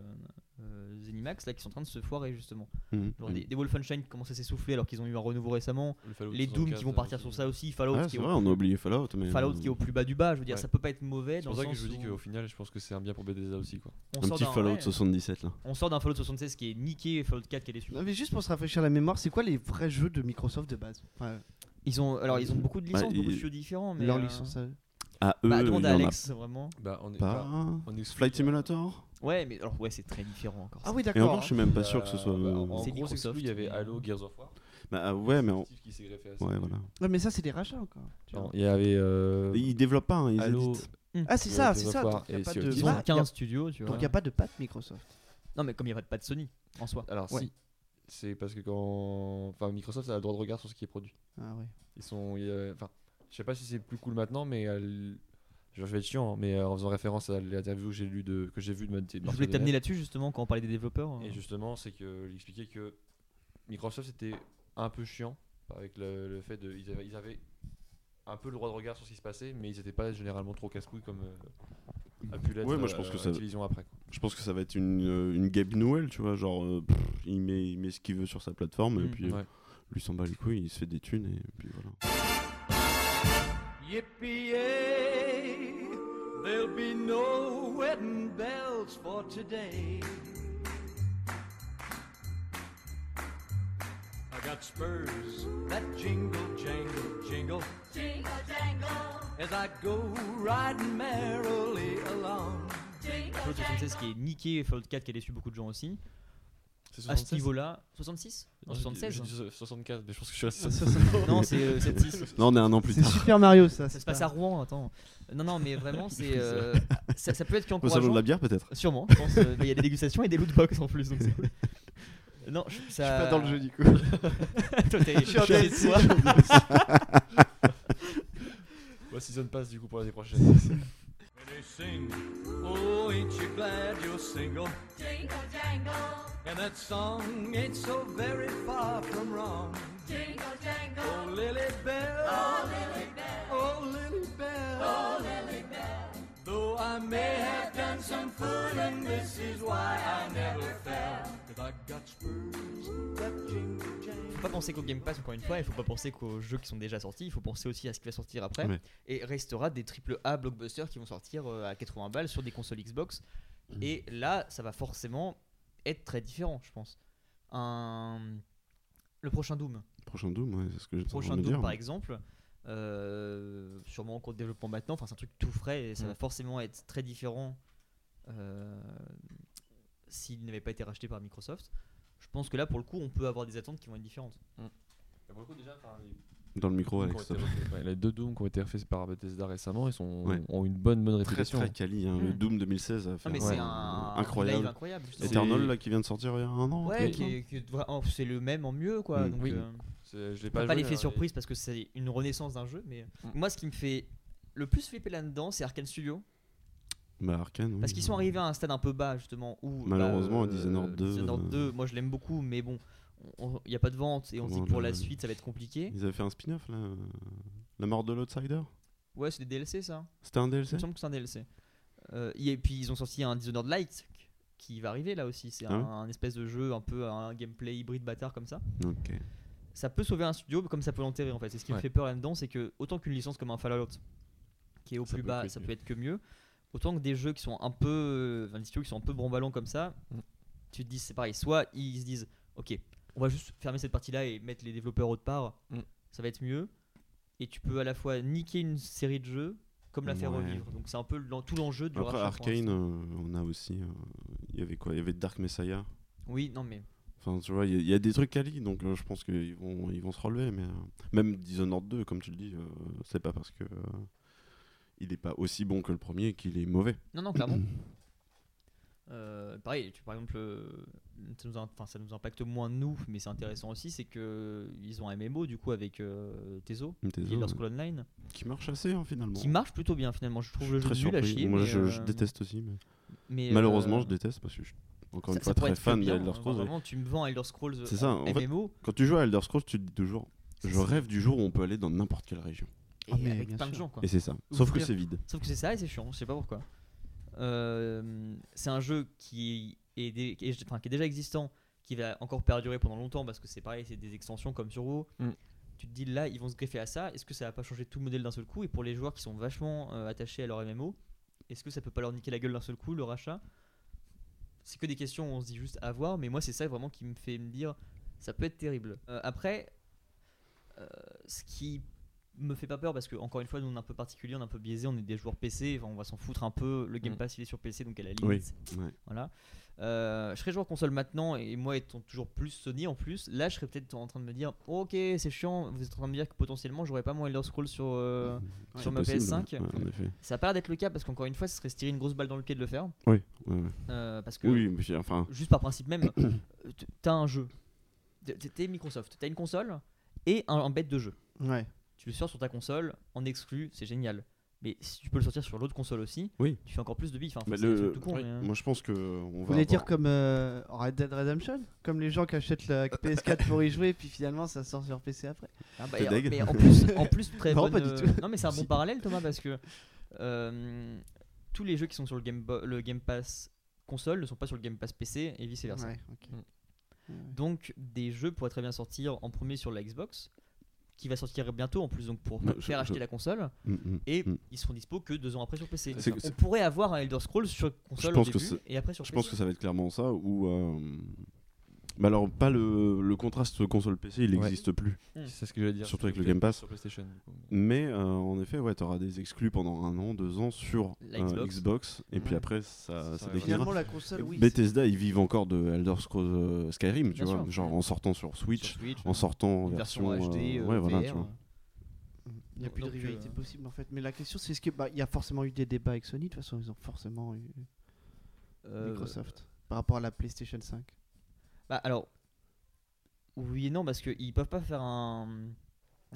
Speaker 1: euh, Zenimax là qui sont en train de se foirer justement.
Speaker 2: Mhm.
Speaker 1: Genre
Speaker 5: Mm.
Speaker 1: des, des Wolfenstein qui commencent à s'essouffler alors qu'ils ont eu un renouveau récemment.
Speaker 5: Le Fallout
Speaker 1: Les Doom qui
Speaker 5: 64,
Speaker 1: vont partir
Speaker 5: euh,
Speaker 1: sur ça aussi. Fallout,
Speaker 2: Ouais,
Speaker 1: qui,
Speaker 2: c'est
Speaker 1: est au,
Speaker 2: vrai, on a oublié Fallout. Mais euh,
Speaker 1: Fallout qui est au plus bas du bas. Je veux dire,
Speaker 5: Ouais.
Speaker 1: ça peut pas être mauvais.
Speaker 5: C'est
Speaker 1: dans
Speaker 5: pour
Speaker 1: le
Speaker 5: ça que
Speaker 1: sens
Speaker 5: je vous dis
Speaker 1: où
Speaker 5: qu'au final, je pense que c'est un bien pour Bethesda aussi. Quoi.
Speaker 1: on
Speaker 2: Un
Speaker 1: sort
Speaker 2: petit
Speaker 1: d'un-
Speaker 2: Fallout
Speaker 1: ouais.
Speaker 2: 77 là.
Speaker 1: On sort d'un Fallout 76 qui est niqué et Fallout 4 qui est déçu.
Speaker 3: Non, mais juste pour se rafraîchir la mémoire, c'est quoi les vrais jeux de Microsoft de base Enfin,
Speaker 1: Ils ont, alors ils ont beaucoup de
Speaker 2: Bah,
Speaker 1: licences, beaucoup de
Speaker 2: ils-
Speaker 1: studios différents, mais
Speaker 3: Leur
Speaker 1: euh,
Speaker 3: licence. à hein. eux.
Speaker 2: Ah, eux,
Speaker 1: Bah,
Speaker 2: il
Speaker 1: demande
Speaker 2: y
Speaker 1: à
Speaker 2: en a
Speaker 1: Alex, vraiment.
Speaker 5: Bah, on est,
Speaker 2: pas.
Speaker 5: bah, on exclut,
Speaker 2: Flight
Speaker 5: euh,
Speaker 2: Simulator
Speaker 1: Ouais, mais alors ouais, c'est très différent encore.
Speaker 3: Ah oui,
Speaker 2: Et encore,
Speaker 3: d'accord.
Speaker 2: je suis même pas sûr que ce
Speaker 5: euh,
Speaker 2: soit.
Speaker 5: bah, en- en
Speaker 1: C'est
Speaker 5: gros, c'est
Speaker 1: Microsoft,
Speaker 5: exclu, il y
Speaker 1: mais-
Speaker 5: avait Halo, Gears of War.
Speaker 2: Bah, ah, ouais, mais. on-
Speaker 5: Steve qui s'est greffé à ça.
Speaker 2: Ouais, voilà.
Speaker 3: Ouais, mais ça, c'est des rachats encore. tu vois.
Speaker 5: Non, Il y avait. euh,
Speaker 2: Ils développent pas, hein, ils
Speaker 5: Halo,
Speaker 2: éditent.
Speaker 3: Ah, c'est
Speaker 5: Ouais,
Speaker 3: ça,
Speaker 5: Gears
Speaker 3: c'est
Speaker 5: of
Speaker 3: ça.
Speaker 5: War
Speaker 3: donc y a
Speaker 5: et
Speaker 3: pas
Speaker 5: Sea
Speaker 3: de-
Speaker 5: of
Speaker 1: Ils
Speaker 5: Thieves.
Speaker 1: ont
Speaker 3: Ah, y a-
Speaker 1: 15 studios, tu vois.
Speaker 3: Donc, il n'y a pas de patte Microsoft.
Speaker 1: Non, mais comme il n'y a pas de patte Sony en soi.
Speaker 5: Alors
Speaker 3: Ouais.
Speaker 5: si, c'est parce que quand, enfin Microsoft a le droit de regard sur ce qui est produit.
Speaker 3: Ah, ouais.
Speaker 5: Ils sont, il y a- enfin, je sais pas si c'est plus cool maintenant, mais euh, l- genre, je vais être chiant, hein, mais euh, en faisant référence à l'interview que j'ai lu de, que j'ai vu de Matt-
Speaker 1: Je
Speaker 5: Martin
Speaker 1: voulais t'amener
Speaker 5: Dennett,
Speaker 1: là-dessus justement quand on parlait des développeurs.
Speaker 5: Et justement, c'est que il expliquait que Microsoft c'était un peu chiant avec le, le fait de, ils avaient, ils avaient un peu le droit de regard sur ce qui se passait, mais ils n'étaient pas généralement trop casse-couilles comme euh, a pu l'être.
Speaker 2: Ouais, moi, je pense que ça-
Speaker 5: Activision après. quoi.
Speaker 2: Je pense que ça va être une, euh, une Gabe Newell, tu vois. Genre, euh, pff, il, met, il met ce qu'il veut sur sa plateforme et
Speaker 1: Mm,
Speaker 2: puis euh,
Speaker 5: ouais.
Speaker 2: lui s'en bat les couilles, il se fait des thunes et puis voilà.
Speaker 4: Yippee There'll be no wedding bells for today. I got spurs that jingle, jangle, jingle
Speaker 6: Jingle jangle,
Speaker 4: as I go riding merrily along.
Speaker 6: jingle
Speaker 1: Fallout 76 qui est niqué, Fallout 4 qui a déçu beaucoup de gens aussi.
Speaker 5: C'est
Speaker 1: À ce niveau-là, hein. 66 Non,
Speaker 5: Non, j'ai dit-
Speaker 1: 76
Speaker 5: j'ai dit so- 64, mais hein. je pense que je suis resté
Speaker 1: Non, c'est euh, 76.
Speaker 2: Non, on est un an plus
Speaker 3: C'est
Speaker 2: tard.
Speaker 3: Super Mario, ça.
Speaker 1: Ça se passe à Rouen, attends. Non, non, mais vraiment, c'est euh, ça, ça peut être
Speaker 2: Au salon
Speaker 1: qu'encourageant.
Speaker 2: de la bière, peut-être.
Speaker 1: Sûrement, je pense. euh, Il y a des dégustations et des loot box en plus, donc c'est cool. Non, je, ça...
Speaker 3: Je
Speaker 2: Euh,
Speaker 3: suis pas dans le jeu, du coup.
Speaker 1: Toi, t'es-
Speaker 3: Je suis en
Speaker 1: chez
Speaker 3: DLC.
Speaker 1: toi.
Speaker 5: Moi, Bah, Season Pass du coup pour l'année prochaine. Bah,
Speaker 4: And they sing, Oh, ain't you glad you're single?
Speaker 6: jingle jangle,
Speaker 4: And that song ain't so very far from wrong.
Speaker 6: jingle jangle,
Speaker 4: Oh, Lily Bell. Oh, Lily Bell. Oh, Lily Bell. Oh, Lily Bell. Though I may have done some fooling, this is why I never fell. 'Cause I got spurs that jingle jangle.
Speaker 1: Faut pas penser qu'au Game Pass, encore une fois, il faut pas penser qu'aux jeux qui sont déjà sortis, il faut penser aussi à ce qui va sortir après.
Speaker 2: Ouais.
Speaker 1: Et restera des triple A blockbusters qui vont sortir euh, à 80 balles sur des consoles Xbox. Et là, ça va forcément être très différent, je pense. Un... Le prochain Doom,
Speaker 2: Prochain Doom, ouais, c'est ce que j'étais en train
Speaker 1: prochain
Speaker 2: de
Speaker 1: Doom
Speaker 2: dire.
Speaker 1: par exemple, euh, sûrement en cours de développement maintenant, enfin c'est un truc tout frais et ça
Speaker 2: Mm.
Speaker 1: va forcément être très différent euh, s'il n'avait pas été racheté par Microsoft. Je pense que là pour le coup on peut avoir des attentes qui vont être différentes.
Speaker 5: Pour le coup, déjà, enfin, les-
Speaker 2: Dans le micro,
Speaker 5: Doom qui
Speaker 2: Alex.
Speaker 5: ont été refaits- ouais, les deux Dooms qui ont été refaits par Bethesda récemment, ils sont,
Speaker 2: Ouais.
Speaker 5: ont une bonne, bonne
Speaker 2: Très
Speaker 5: réputation.
Speaker 2: très quali. hein. Le
Speaker 1: Mm.
Speaker 2: Doom 2016 a fait
Speaker 1: Ah, mais
Speaker 2: un-
Speaker 1: c'est un live
Speaker 2: incroyable.
Speaker 1: incroyable justement.
Speaker 2: Eternal là qui vient de sortir il y a un an.
Speaker 1: Ouais,
Speaker 2: quelque
Speaker 1: qui
Speaker 2: chose.
Speaker 1: est- qui est vra- oh, c'est le même en mieux quoi.
Speaker 2: Mm.
Speaker 1: Donc,
Speaker 5: Oui.
Speaker 1: euh,
Speaker 5: C'est- Je l'ai
Speaker 1: on
Speaker 5: pas,
Speaker 1: a pas
Speaker 5: joué,
Speaker 1: l'effet
Speaker 5: hein,
Speaker 1: surprise parce que c'est une renaissance d'un jeu, mais
Speaker 5: Mm.
Speaker 1: moi ce qui me fait le plus flipper là-dedans c'est Arkane Studio
Speaker 2: Bah, Arkane. oui.
Speaker 1: Parce qu'ils sont arrivés à un stade un peu bas, justement, où.
Speaker 2: Malheureusement,
Speaker 1: bah, euh,
Speaker 2: Dishonored 2,
Speaker 1: Dishonored
Speaker 2: euh,
Speaker 1: 2, moi je l'aime beaucoup, mais bon, il n'y a pas de vente et on se dit
Speaker 2: Comment
Speaker 1: que pour
Speaker 2: le-
Speaker 1: la suite ça va être compliqué.
Speaker 2: Ils avaient fait un spin-off là. euh, La mort de l'Outsider.
Speaker 1: Ouais, c'est des DLC ça.
Speaker 2: C'était un
Speaker 1: Il
Speaker 2: DLC
Speaker 1: me semble que c'est un DLC. Euh, y- et puis ils ont sorti un Dishonored Light qui va arriver là aussi. C'est
Speaker 2: Ah
Speaker 1: un,
Speaker 2: ouais
Speaker 1: un espèce de jeu, un peu un gameplay hybride bâtard comme ça.
Speaker 2: Ok.
Speaker 1: Ça peut sauver un studio comme ça peut l'enterrer en fait. C'est ce qui me
Speaker 5: Ouais.
Speaker 1: fait peur là-dedans, c'est que autant qu'une licence comme un Fallout qui est au
Speaker 5: Ça
Speaker 1: plus
Speaker 5: peut
Speaker 1: bas,
Speaker 5: être
Speaker 1: ça
Speaker 5: mieux.
Speaker 1: peut être que mieux. Autant que des jeux qui sont un peu, euh, enfin, des studios qui sont un peu brambalants comme ça,
Speaker 5: Mm.
Speaker 1: tu te dis c'est pareil. Soit ils se disent, ok, on va juste fermer cette partie-là et mettre les développeurs autre part,
Speaker 5: Mm.
Speaker 1: ça va être mieux. Et tu peux à la fois niquer une série de jeux comme la faire
Speaker 2: Ouais.
Speaker 1: revivre. Donc c'est un peu l'en- tout l'enjeu du
Speaker 2: Après
Speaker 1: rachat, pour
Speaker 2: Arkane,
Speaker 1: l'instant.
Speaker 2: euh, on a aussi. euh, Il y avait quoi Il y avait Dark Messiah.
Speaker 1: Oui, non mais
Speaker 2: Enfin, tu vois, il y, a- il y a des trucs quali, donc euh, je pense qu'ils vont, ils vont se relever. Mais euh, même Dishonored 2, comme tu le dis, euh, c'est pas parce que euh, il n'est pas aussi bon que le premier qu'il est mauvais.
Speaker 1: Non, non, clairement. Euh, pareil, tu, par exemple, euh, ça nous, a- enfin, ça nous impacte moins nous, mais c'est intéressant aussi, c'est que ils ont un MMO du coup avec euh, Tezo,
Speaker 2: Mais t'es
Speaker 1: qui est
Speaker 2: zo-
Speaker 1: leur School Online,
Speaker 2: Qui marche assez hein, finalement.
Speaker 1: qui marche plutôt bien finalement. Je trouve
Speaker 2: Je
Speaker 1: le
Speaker 2: suis
Speaker 1: jeu
Speaker 2: très
Speaker 1: nul à
Speaker 2: surpris.
Speaker 1: chier.
Speaker 2: Moi,
Speaker 1: mais,
Speaker 2: je, je
Speaker 1: euh,
Speaker 2: déteste aussi. mais-
Speaker 1: mais,
Speaker 2: Malheureusement,
Speaker 1: euh,
Speaker 2: je déteste parce que je suis encore
Speaker 1: ça-
Speaker 2: une fois
Speaker 1: ça pourrait
Speaker 2: très
Speaker 1: être que
Speaker 2: fan
Speaker 1: bien,
Speaker 2: d'Elder
Speaker 1: hein,
Speaker 2: Scrolls. ouais.
Speaker 1: Vraiment, tu me vends Elder Scrolls euh,
Speaker 2: C'est ça, en fait,
Speaker 1: MMO
Speaker 2: Quand tu joues à Elder Scrolls, tu te dis toujours Je
Speaker 1: C'est-
Speaker 2: rêve du jour où on peut aller dans n'importe quelle région.
Speaker 1: et
Speaker 3: Ah, mais
Speaker 1: avec
Speaker 3: bien
Speaker 1: plein de
Speaker 3: sûr.
Speaker 1: gens quoi.
Speaker 2: Et c'est ça. Sauf que
Speaker 1: Ouvrir.
Speaker 2: c'est vide.
Speaker 1: Sauf que c'est ça et c'est chiant, je sais pas pourquoi. Euh, c'est un jeu qui est, dé- qui est- enfin, qui est déjà existant, qui va encore perdurer pendant longtemps parce que c'est pareil, c'est des extensions comme sur WoW.
Speaker 5: Mm.
Speaker 1: Tu te dis là, ils vont se greffer à ça, est-ce que ça va pas changer tout le modèle d'un seul coup Et pour les joueurs qui sont vachement euh, attachés à leur MMO, est-ce que ça peut pas leur niquer la gueule d'un seul coup, le rachat C'est que des questions, on se dit juste à voir, mais moi c'est ça vraiment qui me fait me dire ça peut être terrible. Euh, après, euh, ce qui me fait pas peur parce que encore une fois nous on est un peu particulier on est un peu biaisé on est des joueurs PC enfin, on va s'en foutre un peu le Game
Speaker 5: Mm.
Speaker 1: Pass il est sur PC donc à la limite
Speaker 2: Oui. Ouais.
Speaker 1: voilà Euh, je serais joueur console maintenant et moi étant toujours plus Sony en plus là je serais peut-être en train de me dire ok c'est chiant vous êtes en train de me dire que potentiellement j'aurais pas mon Elder Scrolls sur euh,
Speaker 3: Ouais,
Speaker 1: sur ma
Speaker 2: Possible,
Speaker 1: PS5
Speaker 2: ouais, en effet.
Speaker 1: ça a pas l'air d'être le cas parce qu'encore une fois ce serait se tirer une grosse balle dans le pied de le faire
Speaker 2: Oui, ouais, ouais.
Speaker 1: Euh, parce que
Speaker 2: oui, mais j'ai- enfin,
Speaker 1: juste par principe même, euh, t- t'as un jeu, T'es- t'es Microsoft, t'as une console et un, un bête de jeu.
Speaker 3: Ouais.
Speaker 1: Tu le sors sur ta console en exclu, c'est génial. Mais si tu peux le sortir sur l'autre console aussi,
Speaker 2: Oui.
Speaker 1: tu fais encore plus de bif. hein. Enfin,
Speaker 2: Bah,
Speaker 1: c'est
Speaker 2: le-
Speaker 1: un truc tout con,
Speaker 5: oui.
Speaker 1: mais, euh,
Speaker 2: moi je pense que on
Speaker 3: Vous
Speaker 2: va.
Speaker 3: voulez dire
Speaker 2: avoir-
Speaker 3: comme euh, Red Dead Redemption Comme les gens qui achètent la PS4 pour y jouer, puis finalement ça sort sur PC après.
Speaker 1: ah bah,
Speaker 2: t'es
Speaker 1: et-
Speaker 2: deg.
Speaker 1: mais en plus, en plus très
Speaker 3: Non,
Speaker 1: bonne,
Speaker 3: pas du
Speaker 1: euh,
Speaker 3: tout.
Speaker 1: non mais c'est un bon
Speaker 3: Si.
Speaker 1: parallèle Thomas parce que euh, tous les jeux qui sont sur le Game, Bo- le Game Pass console ne sont pas sur le Game Pass PC et vice versa.
Speaker 3: Ouais, ok.
Speaker 5: Mm.
Speaker 3: Ouais, ouais.
Speaker 1: Donc des jeux pourraient très bien sortir en premier sur la Xbox qui va sortir bientôt en plus, donc pour
Speaker 2: Ouais, je-
Speaker 1: faire
Speaker 2: je-
Speaker 1: acheter la console.
Speaker 2: Mm, mm.
Speaker 1: Et
Speaker 2: Mm.
Speaker 1: ils seront dispo que deux ans après sur PC.
Speaker 2: C'est-
Speaker 1: On
Speaker 2: c'est-
Speaker 1: pourrait avoir un Elder Scrolls sur console au
Speaker 2: pense que
Speaker 1: début et après sur
Speaker 2: Je
Speaker 1: PC.
Speaker 2: pense que ça va être clairement ça. Ou euh, mais alors pas le, le contraste console PC, il
Speaker 5: Ouais.
Speaker 2: n'existe plus.
Speaker 5: C'est ce que je voulais dire.
Speaker 2: Surtout avec le Game Pass.
Speaker 5: Sur PlayStation. du coup.
Speaker 2: Mais euh, en effet, ouais, t'auras des exclus pendant un an, deux ans sur
Speaker 1: La
Speaker 2: euh,
Speaker 1: Xbox.
Speaker 2: Xbox. et puis
Speaker 3: Ouais.
Speaker 2: après ça,
Speaker 5: Ça
Speaker 2: ça
Speaker 5: va.
Speaker 2: déclinera.
Speaker 3: Finalement, la console, oui.
Speaker 2: Bethesda, ils vivent encore de Elder Scrolls euh, Skyrim, tu
Speaker 1: Bien
Speaker 2: vois,
Speaker 1: sûr.
Speaker 2: genre en sortant sur
Speaker 1: Sur
Speaker 2: Switch,
Speaker 1: Switch,
Speaker 2: en sortant en
Speaker 1: une version
Speaker 2: version,
Speaker 1: HD,
Speaker 2: euh,
Speaker 1: euh,
Speaker 2: ouais, voilà,
Speaker 1: VR,
Speaker 2: tu vois.
Speaker 3: Il n'y a
Speaker 1: Donc,
Speaker 3: plus de
Speaker 1: euh,
Speaker 3: rivalité possible en fait. Mais la question, c'est ce que bah, il y a forcément eu des débats avec Sony. De toute façon, ils ont forcément eu
Speaker 1: euh,
Speaker 3: Microsoft par rapport à la PlayStation 5.
Speaker 1: Bah alors, oui et non, parce qu'ils peuvent pas faire un,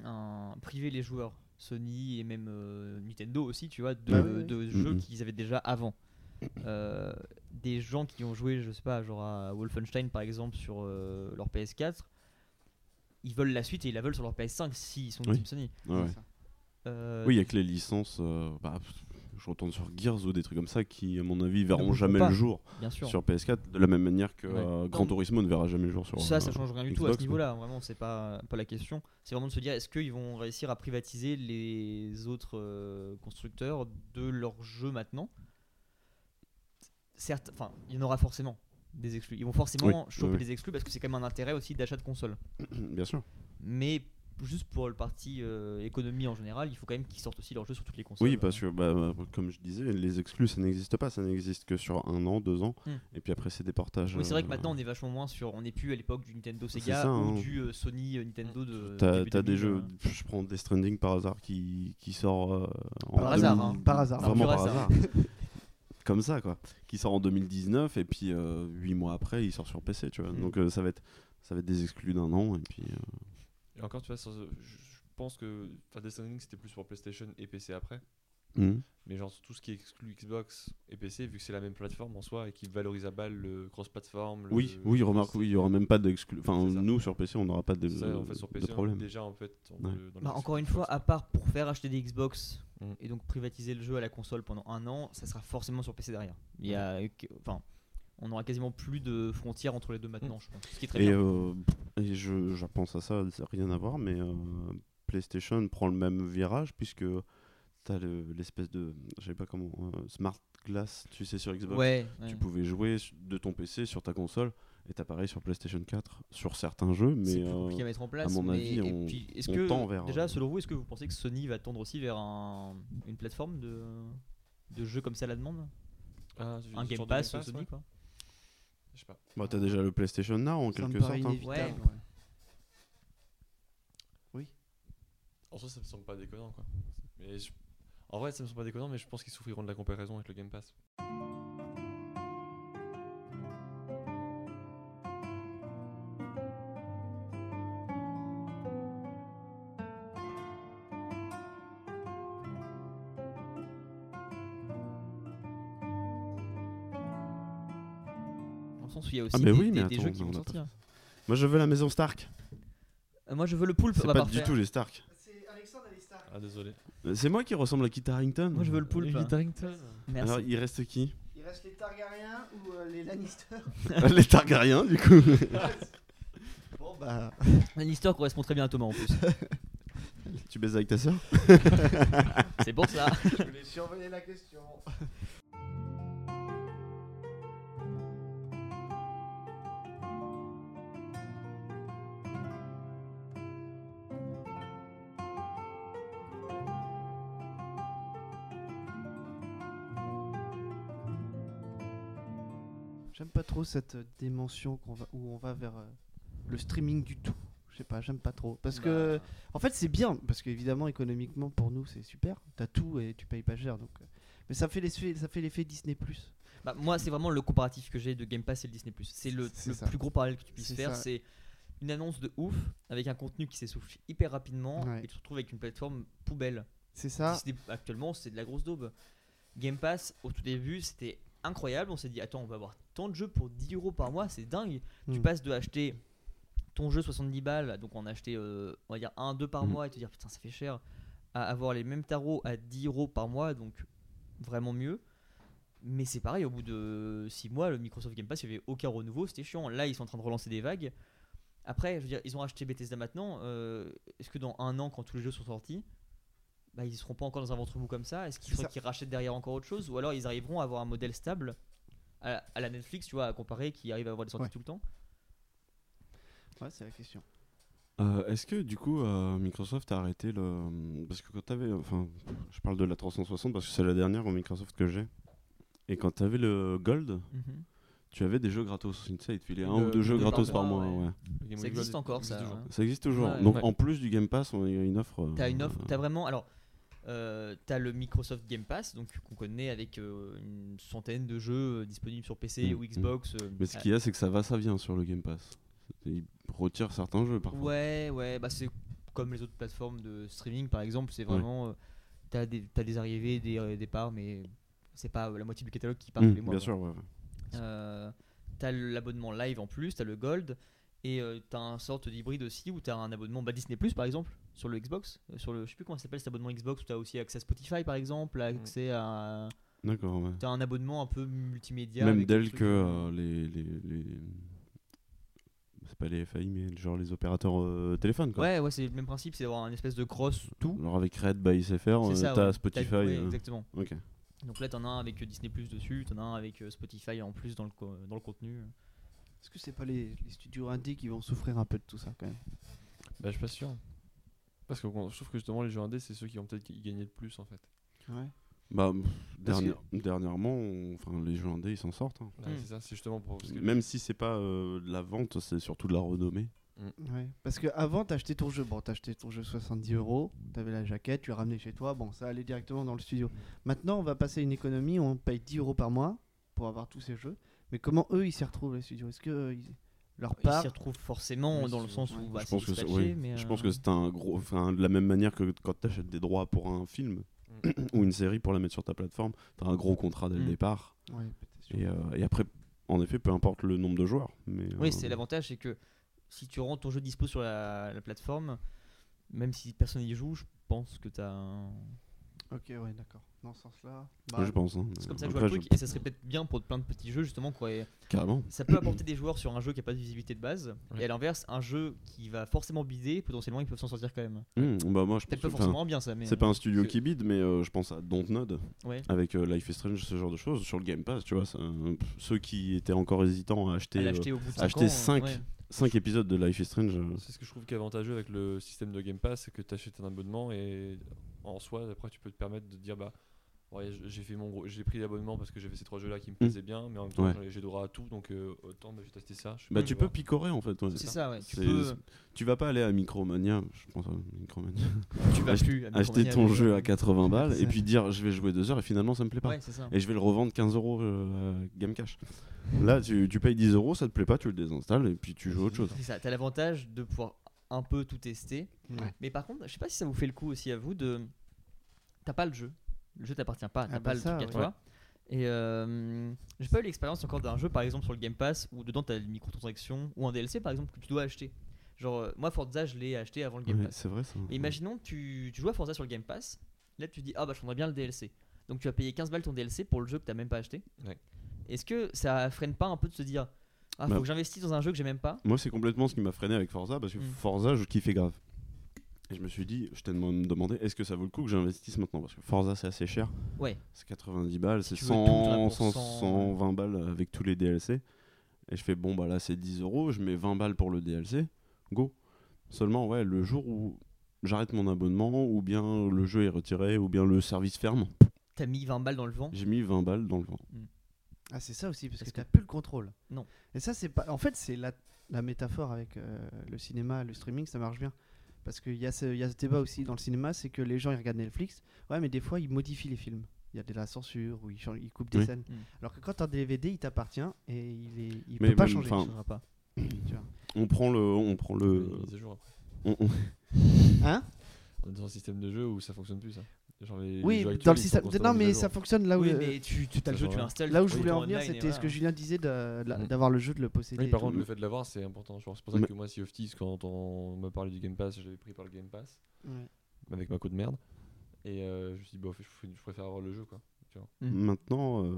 Speaker 1: un- priver les joueurs, Sony et même euh, Nintendo aussi, tu vois, de,
Speaker 3: Bah oui, oui.
Speaker 1: de jeux
Speaker 2: Mhm.
Speaker 1: qu'ils avaient déjà avant. Euh, des gens qui ont joué, je sais pas, genre à Wolfenstein par exemple sur euh, leur PS4, ils veulent la suite et ils la veulent sur leur PS5 s'ils sont
Speaker 2: Oui.
Speaker 1: Team Sony.
Speaker 2: Ouais, ouais.
Speaker 3: C'est ça.
Speaker 1: Euh,
Speaker 2: Oui, il y a que les licences. euh, bah, je retourne sur Gears ou des trucs comme ça qui, à mon avis, verront
Speaker 1: bougeront
Speaker 2: jamais
Speaker 1: pas.
Speaker 2: le jour
Speaker 1: bien sûr.
Speaker 2: sur PS4, de la même manière que
Speaker 1: Ouais.
Speaker 2: euh, Gran
Speaker 1: Non.
Speaker 2: Turismo ne verra jamais le jour sur.
Speaker 1: Ça, ça
Speaker 2: euh,
Speaker 1: change rien du tout à
Speaker 2: Xbox,
Speaker 1: ce niveau-là. hein. Vraiment, c'est pas, pas la question. C'est vraiment de se dire est-ce qu'ils vont réussir à privatiser les autres euh, constructeurs de leurs jeux maintenant Certes, enfin, il y en aura forcément des exclus. Ils vont forcément
Speaker 2: Oui,
Speaker 1: choper
Speaker 2: oui, oui.
Speaker 1: des exclus parce que c'est quand même un intérêt aussi d'achat de console.
Speaker 2: Bien sûr.
Speaker 1: Mais juste pour le parti euh, économie en général, il faut quand même qu'ils sortent aussi leurs jeux sur toutes les consoles.
Speaker 2: Oui, parce que, bah, bah, comme je disais, les exclus, ça n'existe pas. Ça n'existe que sur un an, deux ans.
Speaker 1: Hmm.
Speaker 2: Et puis après, c'est des portages.
Speaker 1: Oui, c'est vrai que
Speaker 2: euh,
Speaker 1: maintenant on est vachement moins sur. On n'est plus à l'époque du Nintendo
Speaker 2: C'est
Speaker 1: Sega
Speaker 2: ça,
Speaker 1: ou
Speaker 2: hein.
Speaker 1: du euh, Sony euh, Nintendo de.
Speaker 2: T'as
Speaker 1: début
Speaker 2: t'as des
Speaker 1: 2000,
Speaker 2: jeux,
Speaker 1: euh.
Speaker 2: je prends Death Stranding par hasard qui, qui sort euh, en
Speaker 1: Par hasard,
Speaker 2: 2000,
Speaker 1: hein.
Speaker 3: Par hasard.
Speaker 2: Vraiment
Speaker 1: Par
Speaker 2: par
Speaker 1: hasard.
Speaker 2: hasard.
Speaker 5: hein.
Speaker 2: Comme ça, quoi. Qui sort en 2019 et puis 8 mois après, il sort sur PC, tu vois.
Speaker 1: Mm.
Speaker 2: Donc euh, ça, va être, ça va être des exclus d'un an et puis. euh,
Speaker 5: Et encore, tu vois, sur- je je pense que enfin, Death Stranding, c'était plus pour PlayStation et PC après.
Speaker 2: hmm.
Speaker 5: Mais genre tout ce qui exclut Xbox et PC, vu que c'est la même plateforme en soi et qui valorise à balle le cross-platform.
Speaker 2: Oui, oui, remarque, oui, il n'y aura même pas d'exclus. Enfin,
Speaker 5: C'est ça.
Speaker 2: nous, sur PC, on n'aura pas de,
Speaker 5: Ça, en fait, sur hein.
Speaker 2: de
Speaker 5: PC, on est
Speaker 2: problème.
Speaker 5: déjà en fait. on
Speaker 2: Ouais.
Speaker 5: le- dans le
Speaker 1: Bah,
Speaker 5: disque
Speaker 1: encore une
Speaker 5: Xbox.
Speaker 1: fois, à part pour faire acheter des Xbox
Speaker 5: Mm.
Speaker 1: et donc privatiser le jeu à la console pendant un an, ça sera forcément sur PC derrière. Il y a, que- enfin, on aura quasiment plus de frontières entre les deux maintenant, je pense. Ce qui est très
Speaker 2: Et,
Speaker 1: bien.
Speaker 2: euh, et je, je pense à ça, ça n'a rien à voir, mais euh, PlayStation prend le même virage puisque t'as le- l'espèce de, je sais pas comment, euh, smart glass, tu sais, sur Xbox.
Speaker 1: ouais, ouais.
Speaker 2: Tu pouvais jouer su- de ton PC sur ta console et t'as pareil sur PlayStation 4 sur certains jeux,
Speaker 1: c'est
Speaker 2: mais
Speaker 1: plus
Speaker 2: euh,
Speaker 1: compliqué à mettre en place.
Speaker 2: mon
Speaker 1: mais-
Speaker 2: avis,
Speaker 1: et
Speaker 2: on-
Speaker 1: puis, est-ce
Speaker 2: on
Speaker 1: que
Speaker 2: tend vers,
Speaker 1: déjà,
Speaker 2: euh,
Speaker 1: selon vous, est-ce que vous pensez que Sony va tendre aussi vers un- une plateforme de de jeux comme ça à la demande
Speaker 5: Ah, tu-
Speaker 1: Un
Speaker 5: sur
Speaker 1: Game
Speaker 5: du
Speaker 1: Pass, Sony
Speaker 5: ouais.
Speaker 1: quoi.
Speaker 5: Je sais pas.
Speaker 2: bah, t'as déjà le PlayStation Now en
Speaker 3: Ça me
Speaker 2: quelque sorte.
Speaker 3: paraît
Speaker 2: hein.
Speaker 3: inévitable,
Speaker 1: Ouais.
Speaker 3: ouais.
Speaker 5: En soi, ça me semble pas déconnant quoi. Mais je- En vrai, ça me semble pas déconnant, mais je pense qu'ils souffriront de la comparaison avec le Game Pass.
Speaker 1: Dans le sens où il y a aussi
Speaker 2: Ah, mais
Speaker 1: des,
Speaker 2: oui,
Speaker 1: des-
Speaker 2: mais
Speaker 1: des
Speaker 2: attends,
Speaker 1: jeux qui
Speaker 2: on
Speaker 1: vont
Speaker 2: a pas
Speaker 1: sortir.
Speaker 2: Moi, je veux la maison Stark.
Speaker 1: Euh, moi, je veux le poulpe.
Speaker 2: C'est
Speaker 1: bah,
Speaker 2: pas
Speaker 1: parfait.
Speaker 2: du tout les Stark.
Speaker 5: Ah, désolé.
Speaker 2: Euh, C'est moi qui ressemble à Kit Harington.
Speaker 1: Moi, je veux le poulpe. Merci.
Speaker 2: Alors, il reste qui
Speaker 3: Il reste les Targaryens ou euh, les Lannister
Speaker 2: Les Targaryens, du coup.
Speaker 3: Bon bah.
Speaker 1: Lannister correspond très bien à Thomas en plus.
Speaker 2: tu baises avec ta sœur
Speaker 1: c'est pour ça.
Speaker 3: Je voulais surveiller la question. J'aime pas trop cette euh, dimension qu'on va, où on va vers euh, le streaming du tout. Je sais pas, j'aime pas trop. Parce que
Speaker 1: Bah,
Speaker 3: en fait, c'est bien, parce qu'évidemment, économiquement, pour nous, c'est super. T'as tout et tu payes pas cher. Donc... euh, Mais ça fait l'effet, ça fait l'effet Disney.
Speaker 1: Bah, moi, c'est vraiment le comparatif que j'ai de Game Pass et le Disney+. C'est le,
Speaker 3: C'est
Speaker 1: le
Speaker 3: ça.
Speaker 1: plus gros parallèle que tu puisses
Speaker 3: C'est
Speaker 1: faire.
Speaker 3: ça.
Speaker 1: C'est une annonce de ouf avec un contenu qui s'essouffle hyper rapidement
Speaker 3: Ouais.
Speaker 1: et tu te retrouves avec une plateforme poubelle.
Speaker 3: C'est ça.
Speaker 1: Disney, actuellement, c'est de la grosse daube. Game Pass, au tout début, c'était incroyable. On s'est dit, attends, on va avoir tant de jeux pour 10 euros par mois, c'est dingue. Tu
Speaker 3: Mm.
Speaker 1: passes de acheter ton jeu 70 balles, donc on a acheté, euh, on va dire, un, deux par
Speaker 3: Hmm.
Speaker 2: Mhm.
Speaker 1: mois, et te dire, putain, ça fait cher, à avoir les mêmes tarots à 10 euros par mois, donc vraiment mieux. Mais c'est pareil, au bout de 6 mois, le Microsoft Game Pass, il n'y avait aucun renouveau, c'était chiant. Là, ils sont en train de relancer des vagues. Après, je veux dire, ils ont acheté Bethesda maintenant. euh, Est-ce que dans un an, quand tous les jeux sont sortis, bah, ils seront pas encore dans un ventre mou comme ça Est-ce qu'il
Speaker 3: C'est
Speaker 1: faudrait
Speaker 3: ça.
Speaker 1: qu'ils rachètent derrière encore autre chose Ou alors ils arriveront à avoir un modèle stable à, à la Netflix, tu vois, à comparer, qui arrive à avoir des sorties
Speaker 3: Ouais.
Speaker 1: tout le temps
Speaker 3: Ouais, c'est la question.
Speaker 2: Euh, Est-ce que du coup euh, Microsoft a arrêté le euh, parce que quand t'avais enfin je parle de la 360 parce que c'est la dernière au Microsoft que j'ai et quand t'avais le Gold
Speaker 5: Mhm.
Speaker 2: tu avais des jeux gratos tu sais ils te filaient un
Speaker 5: Le-
Speaker 2: ou deux
Speaker 5: le
Speaker 2: jeux
Speaker 5: départ
Speaker 2: gratos
Speaker 1: de-
Speaker 2: par
Speaker 1: Ah,
Speaker 2: mois
Speaker 1: ouais.
Speaker 2: ouais.
Speaker 5: Le Game
Speaker 1: Ça
Speaker 5: Boy
Speaker 1: existe
Speaker 5: Gold
Speaker 1: encore,
Speaker 5: existe
Speaker 1: ça,
Speaker 5: toujours.
Speaker 1: hein.
Speaker 2: ça existe toujours
Speaker 1: Ouais.
Speaker 2: donc
Speaker 5: Ouais.
Speaker 2: en plus du Game Pass on il y a une offre euh,
Speaker 1: T'as une offre, t'as vraiment. Alors, euh, t'as le Microsoft Game Pass, donc qu'on connaît avec euh, une centaine de jeux euh, disponibles sur PC
Speaker 2: Mm,
Speaker 1: ou
Speaker 2: mm.
Speaker 1: Xbox. euh,
Speaker 2: mais ce
Speaker 1: à-
Speaker 2: qu'il y a c'est que ça va ça vient sur le Game Pass ils retirent certains jeux parfois
Speaker 1: Ouais, ouais, bah c'est comme les autres plateformes de streaming par exemple, c'est vraiment. euh, t'as, des, t'as des arrivées, des euh, départs, mais c'est pas euh, la moitié du catalogue qui part
Speaker 2: Mm,
Speaker 1: tous les mois.
Speaker 2: bien
Speaker 1: quoi.
Speaker 2: sûr ouais, ouais.
Speaker 1: Euh, t'as l'abonnement live en plus, t'as le gold, et euh, t'as un sorte d'hybride aussi où t'as un abonnement bah, Disney Plus par exemple sur le Xbox, euh, sur le je sais plus comment ça s'appelle cet abonnement Xbox où t'as aussi accès à Spotify par exemple,
Speaker 5: Mm.
Speaker 1: accès à
Speaker 2: d'accord ouais.
Speaker 1: t'as un abonnement un peu multimédia.
Speaker 2: même
Speaker 1: avec des
Speaker 2: d'elle
Speaker 1: trucs,
Speaker 2: que
Speaker 1: euh,
Speaker 2: euh, les, les, les- c'est pas les FAI mais genre les opérateurs euh, téléphones quoi
Speaker 1: Ouais, ouais, c'est le même principe, c'est d'avoir un espèce de cross tout.
Speaker 2: Alors avec Red by SFR,
Speaker 1: C'est
Speaker 2: euh,
Speaker 1: ça,
Speaker 2: t'as
Speaker 1: ouais.
Speaker 2: Spotify.
Speaker 1: ouais,
Speaker 2: euh,
Speaker 1: exactement.
Speaker 2: Ok.
Speaker 1: Donc là, t'en as un avec euh, Disney Plus dessus, t'en as un avec euh, Spotify en plus dans le, co- dans le contenu.
Speaker 3: Est-ce que c'est pas les, les studios indés qui vont souffrir un peu de tout ça quand même
Speaker 5: Bah, je suis pas sûr. Parce que je trouve que justement, les jeux indés, c'est ceux qui ont peut-être gagné le plus en fait.
Speaker 3: Ouais.
Speaker 2: Bah, pff,
Speaker 5: Parce
Speaker 2: dernière- dernièrement, on- enfin, les jeux indés, ils s'en sortent. hein.
Speaker 5: Ouais,
Speaker 1: Mm.
Speaker 5: C'est ça, c'est justement pour. parce que-
Speaker 2: Même si c'est pas euh, de la vente, c'est surtout de la renommée.
Speaker 3: Ouais. Parce que avant, t'achetais ton jeu, bon, t'achetais ton jeu 70 euros, t'avais la jaquette, tu l'as ramené chez toi, bon, ça allait directement dans le studio. Maintenant, on va passer à une économie où on paye 10 euros par mois pour avoir tous ces jeux. Mais comment eux, ils s'y retrouvent, les studios Est-ce que euh, ils- leur
Speaker 1: Ils
Speaker 3: part.
Speaker 1: s'y retrouvent forcément
Speaker 5: Oui,
Speaker 1: dans le
Speaker 5: c'est-
Speaker 1: sens où
Speaker 3: ouais.
Speaker 1: bah,
Speaker 2: je
Speaker 1: c'est
Speaker 2: pense que c'est
Speaker 1: dispatché,
Speaker 2: oui.
Speaker 1: mais,
Speaker 2: Je
Speaker 1: euh,
Speaker 2: pense que c'est un gros, enfin, de la même manière que quand t'achètes des droits pour un film ou une série pour la mettre sur ta plateforme, t'as un gros contrat dès le
Speaker 1: Mm.
Speaker 2: départ.
Speaker 3: Ouais, peut-être sûr.
Speaker 2: Et, euh, et après, en effet, peu importe le nombre de joueurs. Mais,
Speaker 1: Oui,
Speaker 2: euh,
Speaker 1: c'est l'avantage, c'est que si tu rends ton jeu dispo sur la, la plateforme, même si personne n'y joue, je pense que t'as. un-
Speaker 3: Ok, ouais, d'accord. Dans ce sens-là. bah,
Speaker 2: ouais, je pense. hein,
Speaker 1: C'est
Speaker 2: mais
Speaker 1: comme ça que je vois
Speaker 2: après,
Speaker 1: le truc, et ça se répète bien pour plein de petits jeux justement quoi. et
Speaker 2: Carrément.
Speaker 1: ça peut apporter des joueurs sur un jeu qui a pas de visibilité de base, et
Speaker 5: Ouais.
Speaker 1: à l'inverse, un jeu qui va forcément bider, potentiellement ils peuvent s'en sortir quand même.
Speaker 2: Mm, bah, moi, je pense
Speaker 1: Peut-être pas
Speaker 2: que- enfin,
Speaker 1: forcément bien ça, mais.
Speaker 2: C'est pas un studio
Speaker 5: C'est-
Speaker 2: qui bide, mais euh, je pense à Dontnod,
Speaker 1: Ouais.
Speaker 2: avec euh, Life is Strange, ce genre de choses, sur le Game Pass, tu vois. ça, euh, pff, ceux qui étaient encore hésitants à
Speaker 1: à
Speaker 2: acheter
Speaker 1: l'acheter au bout de cinq
Speaker 2: acheter
Speaker 1: ans, euh,
Speaker 2: cinq.
Speaker 1: ouais.
Speaker 2: 5 épisodes de Life is Strange, euh,
Speaker 5: C'est ce que je trouve qui est avantageux avec le système de Game Pass, c'est que tu achètes un abonnement et en soi, après, tu peux te permettre de te dire bah, ouais, j- j'ai fait mon gros, j'ai pris l'abonnement parce que j'avais ces trois jeux là qui me plaisaient bien, mais en même temps,
Speaker 2: Hmm. Ouais.
Speaker 5: j'en ai- j'ai droit à tout, donc euh, autant bah, j'ai testé ça. je-
Speaker 2: bah,
Speaker 5: je
Speaker 2: tu
Speaker 5: vais
Speaker 2: peux
Speaker 5: voir.
Speaker 2: picorer en fait. ouais.
Speaker 1: C'est ça, ouais. Tu
Speaker 2: C'est-
Speaker 1: peux.
Speaker 2: Tu vas pas aller à Micromania, je pense à Micromania,
Speaker 1: Tu vas
Speaker 2: Ach-
Speaker 1: plus à
Speaker 2: acheter
Speaker 1: Micromania,
Speaker 2: ton
Speaker 1: mais-
Speaker 2: jeu à 80 balles
Speaker 3: C'est
Speaker 2: et
Speaker 3: ça.
Speaker 2: puis dire je vais jouer 2 heures et finalement ça me plaît pas.
Speaker 1: Ouais, c'est ça.
Speaker 2: Et je vais le revendre 15 euros euh, à Game Cash. Là, tu, tu payes 10 euros, ça te plaît pas, tu le désinstalles et puis tu joues à autre chose. hein.
Speaker 1: C'est ça. T'as l'avantage de pouvoir un peu tout tester.
Speaker 3: Ouais.
Speaker 1: Mais par contre, je sais pas si ça vous fait le coup aussi à vous de. T'as pas le jeu. Le jeu t'appartient pas. T'as
Speaker 3: Ah bah
Speaker 1: pas le
Speaker 3: ça,
Speaker 1: truc à
Speaker 3: ouais.
Speaker 1: toi. Et euh, j'ai pas eu l'expérience encore d'un jeu, par exemple sur le Game Pass, où dedans t'as des microtransactions ou un DLC par exemple que tu dois acheter. Genre, euh, moi Forza, je l'ai acheté avant le Game
Speaker 2: Ouais,
Speaker 1: Pass.
Speaker 2: c'est vrai ça.
Speaker 1: Mais imaginons, tu, tu joues à Forza sur le Game Pass. Là, tu dis, ah bah, je prendrais bien le DLC. Donc, tu as payé 15 balles ton DLC pour le jeu que tu même pas acheté.
Speaker 5: Ouais.
Speaker 1: Est-ce que ça freine pas un peu de se dire, ah, faut
Speaker 2: Bah.
Speaker 1: que j'investisse dans un jeu que j'ai même pas
Speaker 2: Moi, c'est complètement ce qui m'a freiné avec Forza, parce que
Speaker 1: Mm.
Speaker 2: Forza, je kiffais grave. Et je me suis dit, je t'ai dem- demandé, est-ce que ça vaut le coup que j'investisse maintenant Parce que Forza, c'est assez cher.
Speaker 1: Ouais.
Speaker 2: C'est 90 balles, c'est
Speaker 1: tu veux tout, t'en as
Speaker 2: 100,
Speaker 1: pour
Speaker 2: 100,
Speaker 1: 100,
Speaker 2: 120 balles avec tous les DLC. Et je fais, bon, bah là, c'est 10 euros, je mets 20 balles pour le DLC, go. Seulement, ouais, le jour où j'arrête mon abonnement, ou bien le jeu est retiré, ou bien le service ferme,
Speaker 1: T'as mis 20 balles dans le vent
Speaker 2: j'ai mis 20 balles dans le vent.
Speaker 3: Ah, c'est ça aussi, parce,
Speaker 1: Parce
Speaker 3: que,
Speaker 1: que-
Speaker 3: t'as plus le contrôle.
Speaker 1: Non.
Speaker 3: Et ça, c'est pas. En fait, c'est la, la métaphore avec euh, le cinéma, le streaming, ça marche bien. Parce qu'il y, a ce- il y a ce débat aussi dans le cinéma, c'est que les gens ils regardent Netflix, ouais, mais des fois ils modifient les films. Il y a de la censure ou ils, changent- ils coupent des
Speaker 2: Oui.
Speaker 3: scènes.
Speaker 1: Mm.
Speaker 3: Alors que quand t'as un DVD, il t'appartient et il, est, il
Speaker 2: Mais
Speaker 3: peut pas
Speaker 2: même,
Speaker 3: changer.
Speaker 2: enfin,
Speaker 1: Ça changera pas.
Speaker 3: tu vois.
Speaker 2: On prend le. On prend le
Speaker 5: Il y a des mises à jour après.
Speaker 2: on- on-
Speaker 3: Hein
Speaker 5: On est dans un système de jeu où ça fonctionne plus ça. Genre les- les
Speaker 3: Oui,
Speaker 5: jeux
Speaker 3: dans
Speaker 5: actuels,
Speaker 3: le
Speaker 5: ils sont
Speaker 3: système.
Speaker 5: constamment
Speaker 3: Non,
Speaker 5: mis à
Speaker 3: mais
Speaker 5: jour.
Speaker 3: ça fonctionne là où.
Speaker 1: oui,
Speaker 3: le-
Speaker 1: mais tu, tu as le
Speaker 5: ça
Speaker 1: jeu, tu
Speaker 5: va.
Speaker 1: l'installes.
Speaker 3: Là où
Speaker 1: tu
Speaker 3: je voulais en
Speaker 1: retournes
Speaker 3: venir,
Speaker 1: online et
Speaker 3: c'était ce
Speaker 1: voilà.
Speaker 3: que Julien disait de- de la-
Speaker 5: Mm.
Speaker 3: d'avoir le jeu, de le posséder.
Speaker 5: Oui,
Speaker 3: et
Speaker 5: par
Speaker 3: tout.
Speaker 5: contre, le fait de l'avoir, c'est important. Genre, C'est pour ça
Speaker 2: Mais-
Speaker 5: que moi, si of Thieves, quand on m'a parlé du Game Pass, j'avais pris par le Game Pass
Speaker 3: Ouais.
Speaker 5: avec ma co de merde. Et euh, je me suis dit, bah, je, je préfère avoir le jeu quoi.
Speaker 1: Mm.
Speaker 2: Maintenant, euh,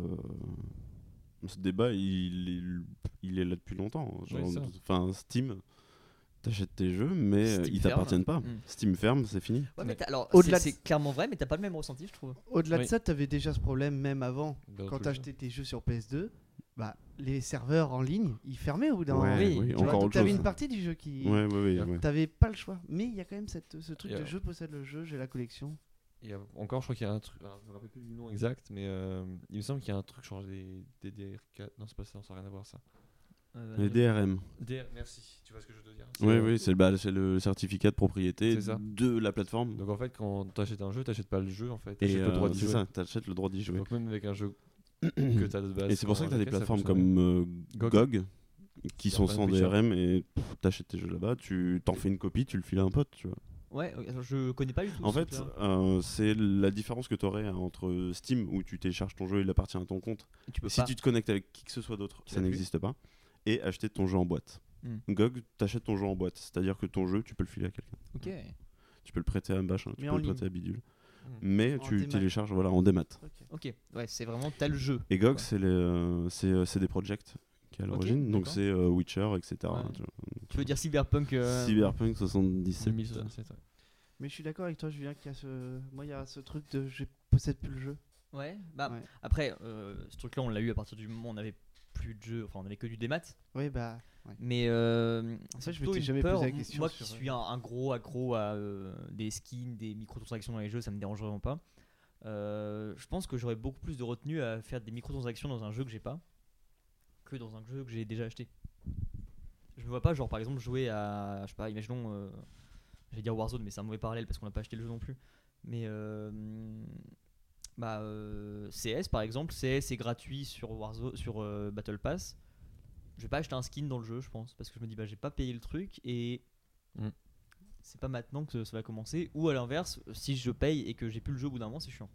Speaker 2: ce débat, il est, il est là depuis longtemps. Genre,
Speaker 5: Ouais, c'est ça.
Speaker 2: Enfin, Steam, T'achètes tes jeux, mais euh,
Speaker 1: Steam
Speaker 2: ils
Speaker 1: ferme.
Speaker 2: t'appartiennent pas.
Speaker 5: Hmm.
Speaker 1: Mm.
Speaker 2: Steam ferme, c'est fini.
Speaker 1: Ouais, mais
Speaker 5: Ouais.
Speaker 1: t'as- alors,
Speaker 3: Au-delà
Speaker 1: c'est
Speaker 3: de-
Speaker 1: c'est clairement vrai, mais t'as pas le même ressenti, je trouve.
Speaker 3: Au-delà de
Speaker 5: Oui.
Speaker 3: ça, t'avais déjà ce problème même avant.
Speaker 5: Dans
Speaker 3: Quand
Speaker 5: tous
Speaker 3: t'as
Speaker 5: les
Speaker 3: acheté tes jeux sur PS2, bah, les serveurs en ligne, ils fermaient au bout d'un
Speaker 2: Ouais,
Speaker 3: moment.
Speaker 1: oui, tu vois,
Speaker 2: encore
Speaker 3: Donc,
Speaker 2: autre
Speaker 3: T'avais
Speaker 2: chose.
Speaker 3: une partie du jeu qui.
Speaker 2: Ouais, ouais, ouais.
Speaker 5: Euh,
Speaker 2: ouais.
Speaker 3: T'avais pas le choix. Mais il y a quand même cette, ce truc
Speaker 5: Et
Speaker 3: de
Speaker 5: alors
Speaker 3: je possède le jeu, j'ai la collection.
Speaker 5: Il y a- encore, je crois qu'il y a un truc. alors, je me rappelle plus du nom exact, mais euh, il me semble qu'il y a un truc genre des DDR4. Non, c'est pas ça, ça n'a rien à voir ça.
Speaker 1: Euh,
Speaker 2: Les DRM.
Speaker 5: DR, merci. Tu vois ce que je veux dire C'est,
Speaker 2: Oui,
Speaker 5: euh,
Speaker 2: oui, c'est le, bah, c'est le certificat de propriété
Speaker 5: C'est ça.
Speaker 2: de la plateforme.
Speaker 5: Donc en fait, quand t'achètes un jeu, t'achètes pas le jeu en fait.
Speaker 2: et
Speaker 5: T'achètes le droit
Speaker 2: euh,
Speaker 5: d'y
Speaker 2: c'est
Speaker 5: jouer.
Speaker 2: ça, t'achètes le droit d'y jouer.
Speaker 5: Donc même avec un jeu que t'as de base.
Speaker 2: et c'est pour ça que t'as des
Speaker 5: lequel
Speaker 2: plateformes
Speaker 5: fonctionne.
Speaker 2: comme euh,
Speaker 5: GOG.
Speaker 2: GOG, qui
Speaker 5: C'est
Speaker 2: sont
Speaker 5: un
Speaker 2: sans
Speaker 5: publisher.
Speaker 2: DRM et pff, t'achètes tes jeux là-bas, tu t'en fais une copie, tu le files à un pote, tu vois.
Speaker 1: Ouais, euh, alors, je connais pas du tout.
Speaker 2: En
Speaker 1: ce
Speaker 2: fait,
Speaker 1: truc-là.
Speaker 2: euh, c'est la différence que tu aurais entre Steam, où tu télécharges ton jeu, il appartient à ton compte.
Speaker 1: tu peux
Speaker 2: si
Speaker 1: pas.
Speaker 2: tu te connectes avec qui que ce soit d'autre,
Speaker 1: Tu
Speaker 2: ça
Speaker 1: l'as plus.
Speaker 2: n'existe pas. Et acheter ton jeu en boîte.
Speaker 1: Hmm.
Speaker 2: GOG, t'achètes ton jeu en boîte. C'est-à-dire que ton jeu, tu peux le filer à quelqu'un.
Speaker 1: Ok.
Speaker 2: Tu peux le prêter à un machin, tu
Speaker 3: Mais
Speaker 2: peux
Speaker 3: en
Speaker 2: le
Speaker 3: ligne.
Speaker 2: prêter à bidule.
Speaker 5: Hmm.
Speaker 2: Mais
Speaker 3: En
Speaker 2: tu
Speaker 3: démat.
Speaker 2: télécharges voilà, en démat.
Speaker 1: Ok. Ouais, c'est vraiment t'as le jeu.
Speaker 2: Et GOG,
Speaker 1: Ouais.
Speaker 2: c'est les, euh, c'est euh, CD Projekt qui est à l'origine. donc
Speaker 1: d'accord.
Speaker 2: c'est euh, Witcher, etc.
Speaker 1: Ouais.
Speaker 2: tu vois.
Speaker 1: Tu veux dire cyberpunk euh,
Speaker 2: Cyberpunk 77.
Speaker 5: 2067, ouais.
Speaker 3: Mais je suis d'accord avec toi, Julien, qu'il y a ce. Moi, il y a ce truc de je possède plus le jeu.
Speaker 1: Ouais. Bah
Speaker 3: Ouais.
Speaker 1: après, euh, ce truc-là, on l'a eu à partir du moment où on avait plus de jeu, enfin on avait que du démat.
Speaker 3: Oui, bah. ouais.
Speaker 1: Mais euh,
Speaker 3: En
Speaker 1: c'est
Speaker 3: fait, je
Speaker 1: plutôt
Speaker 3: m'étais
Speaker 1: une
Speaker 3: jamais
Speaker 1: peur.
Speaker 3: posé la
Speaker 1: M-
Speaker 3: question
Speaker 1: Moi qui
Speaker 3: sur, euh,
Speaker 1: suis un, un gros accro à euh, des skins, des microtransactions dans les jeux, ça me dérange vraiment pas. Euh, je pense que j'aurais beaucoup plus de retenue à faire des microtransactions dans un jeu que j'ai pas que dans un jeu que j'ai déjà acheté. Je me vois pas, genre par exemple, jouer à. Je sais pas, imaginons. euh, J'allais dire Warzone, mais c'est un mauvais parallèle parce qu'on n'a pas acheté le jeu non plus. Mais. euh, bah, euh, CS par exemple, CS est gratuit sur, Warzone, sur euh, Battle Pass je vais pas acheter un skin dans le jeu, je pense, parce que je me dis bah j'ai pas payé le truc et
Speaker 5: Mm.
Speaker 1: c'est pas maintenant que ça va commencer. Ou à l'inverse, si je paye et que j'ai plus le jeu au bout d'un moment, c'est chiant.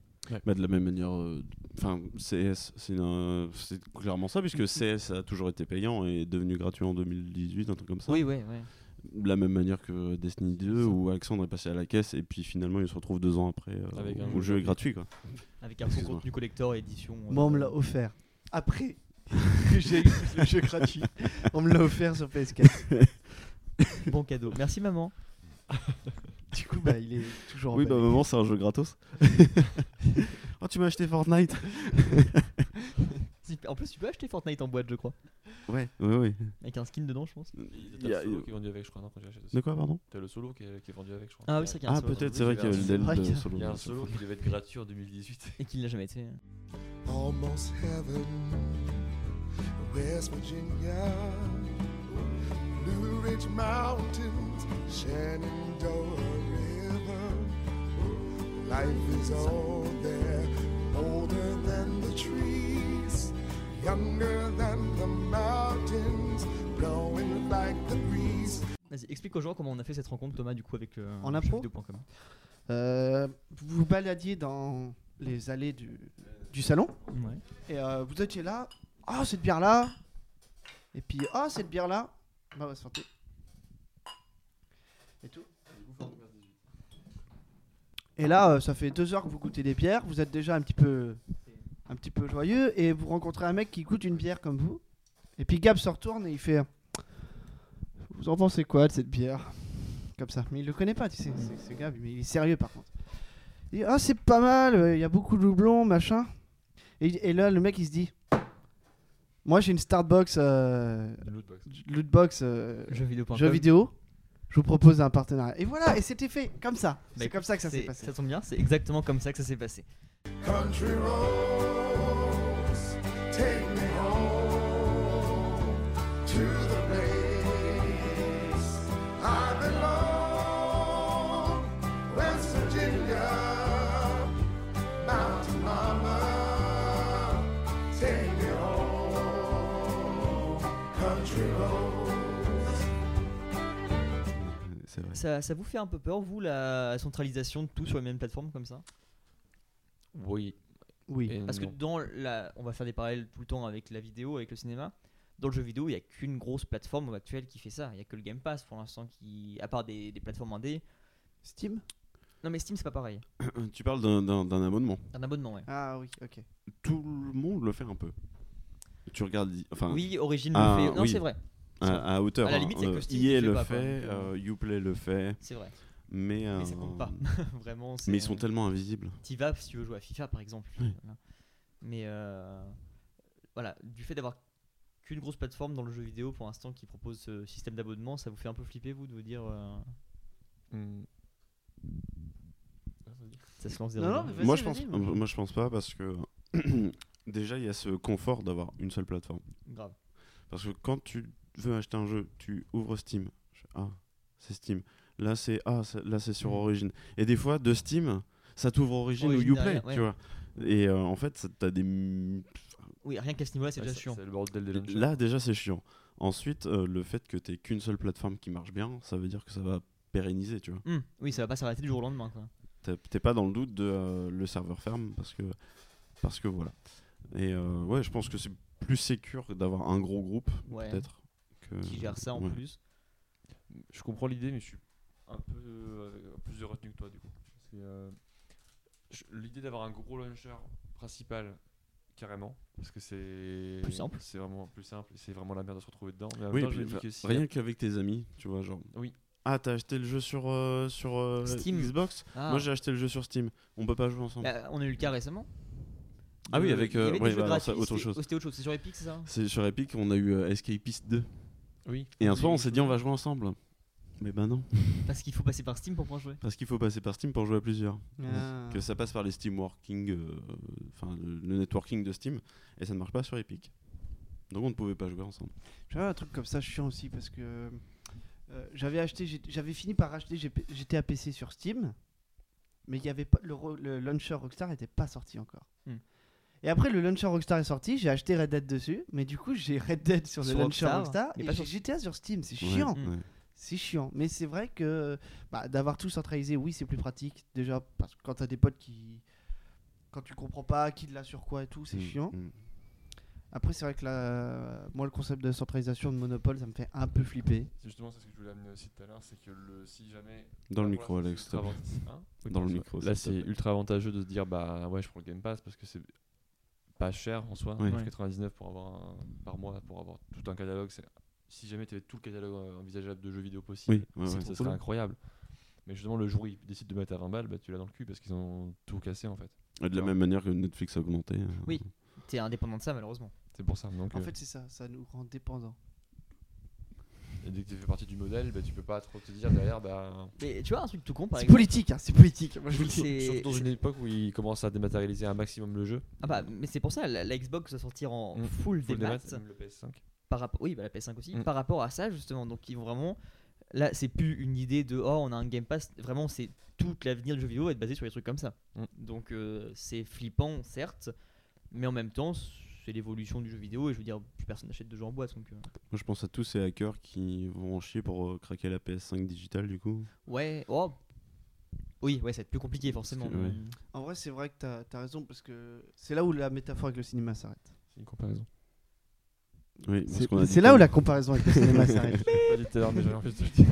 Speaker 2: Bah, de la même manière, euh, enfin CS, c'est une, euh, c'est clairement ça, puisque CS a toujours été payant et est devenu gratuit en 2018, un truc comme ça.
Speaker 1: ouais, ouais.
Speaker 2: De la même manière que Destiny 2, où Alexandre est passé à la caisse et puis finalement il se retrouve deux ans après euh,
Speaker 5: Avec un
Speaker 2: où le
Speaker 5: jeu
Speaker 2: jeu est gratuit. Quoi.
Speaker 1: Avec un faux
Speaker 2: Excuse-moi.
Speaker 1: contenu collector édition. euh,
Speaker 3: Moi, on me l'a offert. Après que j'ai eu le jeu gratuit, on me l'a offert sur PS4.
Speaker 1: bon cadeau. Merci maman.
Speaker 3: Du coup, bah, il est toujours en
Speaker 2: Oui, bah
Speaker 3: bas.
Speaker 2: maman, c'est un jeu gratos. oh, tu m'as acheté Fortnite
Speaker 1: Si- En plus, tu peux acheter Fortnite en boîte, je crois,
Speaker 2: Ouais, ouais, ouais.
Speaker 1: avec un skin dedans, je pense.
Speaker 5: T'as le solo qui est vendu avec, je crois, non, quand tu l'achètes aussi.
Speaker 2: De quoi, pardon
Speaker 5: T'as le solo qui est, qui est vendu avec, je crois.
Speaker 1: Ah oui, c'est vrai qu'il y a un
Speaker 2: Ah,
Speaker 1: solo.
Speaker 2: peut-être, c'est vrai qu'il y avait le
Speaker 3: C'est vrai
Speaker 2: Dell
Speaker 3: qu'il y
Speaker 2: de
Speaker 3: a-
Speaker 2: solo.
Speaker 5: Il y a un solo qui devait être gratuit en 2018.
Speaker 1: Et qu'il n'a jamais été.
Speaker 7: almost heaven. West Virginia, Blue Ridge Mountains, Shenandoah River. Life is all there, older than the trees, younger than the mountains, blowing like the breeze.
Speaker 1: Vas-y, explique aux gens comment on a fait cette rencontre, Thomas, du coup, avec euh,
Speaker 3: En impro
Speaker 1: jeuxvideo.com.
Speaker 3: Euh, vous vous baladiez dans les allées du, du salon
Speaker 1: Ouais.
Speaker 3: et euh, vous étiez là. Ah, cette bière-là Et puis, ah, cette bière-là Bah, va santé. Et tout. Et là, euh, ça fait deux heures que vous goûtez des bières. Vous êtes déjà un petit peu, un petit peu joyeux et vous rencontrez un mec qui goûte une bière comme vous. Et puis Gab se retourne et il fait Vous en pensez quoi de cette bière Comme ça. Mais il le connaît pas, tu sais, c'est- c'est Gab, mais il est sérieux par contre. Il dit Ah, c'est pas mal, euh, il y a beaucoup de doublons, machin. Et, et là, le mec il se dit Moi j'ai une Starbucks, euh,
Speaker 5: Une lootbox.
Speaker 3: lootbox, euh,
Speaker 1: Jeuxvideo.com.
Speaker 3: jeux vidéo. Je vous propose un partenariat. Et voilà, et c'était fait, comme ça. C'est
Speaker 1: Bah, écoute,
Speaker 3: comme ça que ça s'est
Speaker 1: c'est-
Speaker 3: passé.
Speaker 1: Ça tombe bien, c'est exactement comme ça que ça s'est passé.
Speaker 7: Country roads, take me home to the place I belong. West Virginia, mountain mama, take me home. Country roads.
Speaker 2: C'est vrai.
Speaker 1: Ça, ça vous fait un peu peur, vous, la centralisation de tout sur la même plateforme comme ça
Speaker 5: Oui.
Speaker 3: Oui.
Speaker 5: et
Speaker 1: Parce que
Speaker 5: non.
Speaker 1: dans la, on va faire des parallèles tout le temps avec la vidéo, avec le cinéma. Dans le jeu vidéo, il n'y a qu'une grosse plateforme actuelle qui fait ça. Il n'y a que le Game Pass pour l'instant qui, à part des, des plateformes indé.
Speaker 3: Steam
Speaker 1: Non mais Steam c'est pas pareil.
Speaker 2: Euh, Tu parles d'un- d'un d'un abonnement.
Speaker 1: Un abonnement, ouais.
Speaker 3: Ah oui, ok.
Speaker 2: Tout le monde le fait un peu. Tu regardes. Enfin,
Speaker 1: oui, Origin
Speaker 2: ah,
Speaker 1: le fait. Non
Speaker 2: oui.
Speaker 1: c'est vrai.
Speaker 2: à, à hauteur.
Speaker 1: À la
Speaker 2: hein.
Speaker 1: limite, c'est que
Speaker 2: Euh,
Speaker 1: Steam qui
Speaker 2: EA
Speaker 1: fait
Speaker 2: le
Speaker 1: pas, quoi,
Speaker 2: fait,
Speaker 1: donc, euh,
Speaker 2: euh, Uplay le fait,
Speaker 1: C'est vrai.
Speaker 2: mais,
Speaker 1: Mais ça compte
Speaker 2: euh,
Speaker 1: pas. Vraiment. c'est-
Speaker 2: Mais ils sont tellement invisibles.
Speaker 1: T'y vas si tu veux jouer à FIFA par exemple.
Speaker 2: Oui.
Speaker 1: Voilà. Mais euh, voilà, du fait d'avoir qu'une grosse plateforme dans le jeu vidéo pour l'instant qui propose ce système d'abonnement, ça vous fait un peu flipper vous de vous dire euh,
Speaker 2: Hmm.
Speaker 1: ça se lance des
Speaker 3: Non, non,
Speaker 1: regards.
Speaker 3: mais vas-y,
Speaker 2: Moi je pense,
Speaker 3: vas-y,
Speaker 2: euh, moi je pense pas parce que déjà il y a ce confort d'avoir une seule plateforme.
Speaker 1: grave.
Speaker 2: Parce que quand tu veux acheter un jeu, tu ouvres Steam. Je- Ah, c'est Steam. Là c'est ah, c'est- là c'est sur
Speaker 1: Mhm.
Speaker 2: Origin. Et des fois de Steam, ça t'ouvre Origin,
Speaker 1: Origin
Speaker 2: ou Uplay,
Speaker 1: derrière, ouais.
Speaker 2: tu vois. Et euh, en fait, ça- t'as des m-
Speaker 1: Oui, rien qu'à ce niveau-là, c'est déjà chiant.
Speaker 5: C'est le bordel des launchers.
Speaker 2: là déjà c'est chiant. Ensuite, euh, le fait que t'aies qu'une seule plateforme qui marche bien, ça veut dire que ça va pérenniser, tu vois.
Speaker 1: Hum, oui, ça va pas s'arrêter du jour au lendemain quoi.
Speaker 2: T'as- t'es pas dans le doute de euh, le serveur ferme parce que parce que voilà et euh, ouais je pense que c'est plus sécur d'avoir un gros groupe
Speaker 1: Ouais.
Speaker 2: peut-être que
Speaker 1: Qui gère ça en
Speaker 2: ouais.
Speaker 1: plus.
Speaker 5: Je comprends l'idée, mais je suis un peu euh, avec plus de retenue que toi, du coup. C'est, euh, je- L'idée d'avoir un gros launcher principal, carrément, parce que c'est.
Speaker 1: Plus simple.
Speaker 5: C'est vraiment plus simple, et c'est vraiment la merde de se retrouver dedans. Mais en
Speaker 2: oui
Speaker 5: même temps, je
Speaker 2: puis,
Speaker 5: me dis
Speaker 2: bah,
Speaker 5: que si.
Speaker 2: rien qu'avec tes amis tu vois genre
Speaker 5: Oui.
Speaker 2: ah t'as acheté le jeu sur euh, sur euh,
Speaker 1: Steam.
Speaker 2: Xbox
Speaker 1: Ah,
Speaker 2: moi j'ai acheté le jeu sur Steam on peut pas jouer ensemble
Speaker 1: bah, on a eu le cas récemment.
Speaker 2: Ah oui,
Speaker 1: De-
Speaker 2: avec,
Speaker 1: il y
Speaker 2: euh,
Speaker 1: avait des
Speaker 2: ouais,
Speaker 1: jeux
Speaker 2: bah, non, ça,
Speaker 1: gratuits,
Speaker 2: autre
Speaker 1: c'était-
Speaker 2: chose.
Speaker 1: oh, C'était autre chose. C'est sur Epic, c'est ça
Speaker 2: c'est sur Epic on a eu euh, Escapist 2
Speaker 5: Oui.
Speaker 2: et un soir on s'est dit on va jouer ensemble mais ben non
Speaker 1: Parce qu'il faut passer par Steam pour pouvoir jouer.
Speaker 2: parce qu'il faut passer par Steam pour jouer à plusieurs
Speaker 3: Ah.
Speaker 2: que ça passe par les Steam Working, euh, enfin le, le networking de Steam, et ça ne marche pas sur Epic. Donc on ne pouvait pas jouer ensemble.
Speaker 3: Tu vois, un truc comme ça, chiant aussi, parce que euh, j'avais acheté, j'ai- j'avais fini par acheter GP GTA PC sur Steam, mais il y avait pas le, ro- le launcher Rockstar n'était pas sorti encore.
Speaker 1: Hmm.
Speaker 3: Et après, le launcher Rockstar est sorti, j'ai acheté Red Dead dessus, mais du coup, j'ai Red Dead sur,
Speaker 1: Sur
Speaker 3: le launcher
Speaker 1: Rockstar,
Speaker 3: Rockstar,
Speaker 1: mais
Speaker 3: et
Speaker 1: pas
Speaker 3: j'ai
Speaker 1: sur-
Speaker 3: GTA sur Steam, c'est chiant. Mm.
Speaker 2: Ouais, ouais.
Speaker 3: C'est chiant, mais c'est vrai que bah, d'avoir tout centralisé, oui, c'est plus pratique. Déjà, parce que quand t'as des potes qui. Quand tu comprends pas qui l'a sur quoi et tout, c'est
Speaker 1: Hmm.
Speaker 2: Mm,
Speaker 3: chiant.
Speaker 2: mm.
Speaker 3: Après, c'est vrai que là, moi, le concept de centralisation de monopole, ça me fait un peu flipper.
Speaker 5: C'est Justement, c'est ce que je voulais amener aussi tout à l'heure, c'est que le, si jamais.
Speaker 2: Dans le
Speaker 5: Voilà,
Speaker 2: micro,
Speaker 5: c'est
Speaker 2: Alex, s'il te plaît.
Speaker 5: ultra avantageux. Hein
Speaker 2: Dans le micro.
Speaker 5: Là,
Speaker 2: s'il
Speaker 5: c'est
Speaker 2: te plaît.
Speaker 5: ultra avantageux de se dire bah ouais, je prends le Game Pass parce que c'est pas cher en soi.
Speaker 2: Ouais.
Speaker 5: Je
Speaker 1: Ouais.
Speaker 5: 99 pour avoir un- par mois pour avoir tout un catalogue. c'est- Si jamais tu avais tout le catalogue euh, envisageable de jeux vidéo
Speaker 2: Oui,
Speaker 5: possible,
Speaker 2: ouais,
Speaker 5: ça
Speaker 2: ouais.
Speaker 5: serait incroyable. Mais justement, le jour où ils décident de mettre à 20 balles, bah, tu l'as dans le cul parce qu'ils ont tout cassé en fait.
Speaker 2: Et
Speaker 5: Ah.
Speaker 2: de la même manière que Netflix a augmenté. euh,
Speaker 1: Oui. T'es indépendant de ça malheureusement.
Speaker 5: C'est pour ça. Donc,
Speaker 3: En
Speaker 5: euh,
Speaker 3: fait, c'est ça, ça nous rend dépendants.
Speaker 5: et dès que tu fais partie du modèle, bah, tu peux pas trop te dire derrière. Bah,
Speaker 1: Mais tu vois un truc tout con par
Speaker 3: C'est
Speaker 1: exemple.
Speaker 3: politique, hein, c'est politique. Moi, je vous le dis.
Speaker 1: C'est
Speaker 5: Surtout dans une époque où ils commencent à dématérialiser un maximum le jeu.
Speaker 1: Ah bah, mais c'est pour ça, la, la Xbox va sortir en
Speaker 5: Mm,
Speaker 1: full,
Speaker 5: Full
Speaker 1: démat,
Speaker 5: démat, le PS5.
Speaker 1: par rapport, oui, bah la PS5 aussi,
Speaker 5: Mm.
Speaker 1: par rapport à ça justement. Donc ils vont vraiment, là, c'est plus une idée de oh on a un Game Pass. Vraiment, c'est toute l'avenir du jeu vidéo va être basé sur des trucs comme ça.
Speaker 5: Mm.
Speaker 1: Donc euh, c'est flippant certes, mais en même temps c'est l'évolution du jeu vidéo et je veux dire plus personne n'achète de jeux en boîte donc. euh,
Speaker 2: Moi, je pense à tous ces hackers qui vont en chier pour euh, craquer la PS5 digitale, du coup.
Speaker 1: Ouais, oh. Oui, ouais, ça va être plus compliqué forcément.
Speaker 2: que, ouais.
Speaker 1: mais-
Speaker 3: En vrai, c'est vrai que t'as as raison, parce que c'est là où la métaphore avec le cinéma s'arrête.
Speaker 5: C'est une comparaison.
Speaker 2: Oui, parce
Speaker 3: C'est
Speaker 2: qu'on a
Speaker 3: c'est
Speaker 2: dit
Speaker 3: là
Speaker 2: que-
Speaker 3: où la comparaison avec le cinéma s'arrête.
Speaker 5: Pas dit tout à l'heure, mais j'avais envie de te le dire.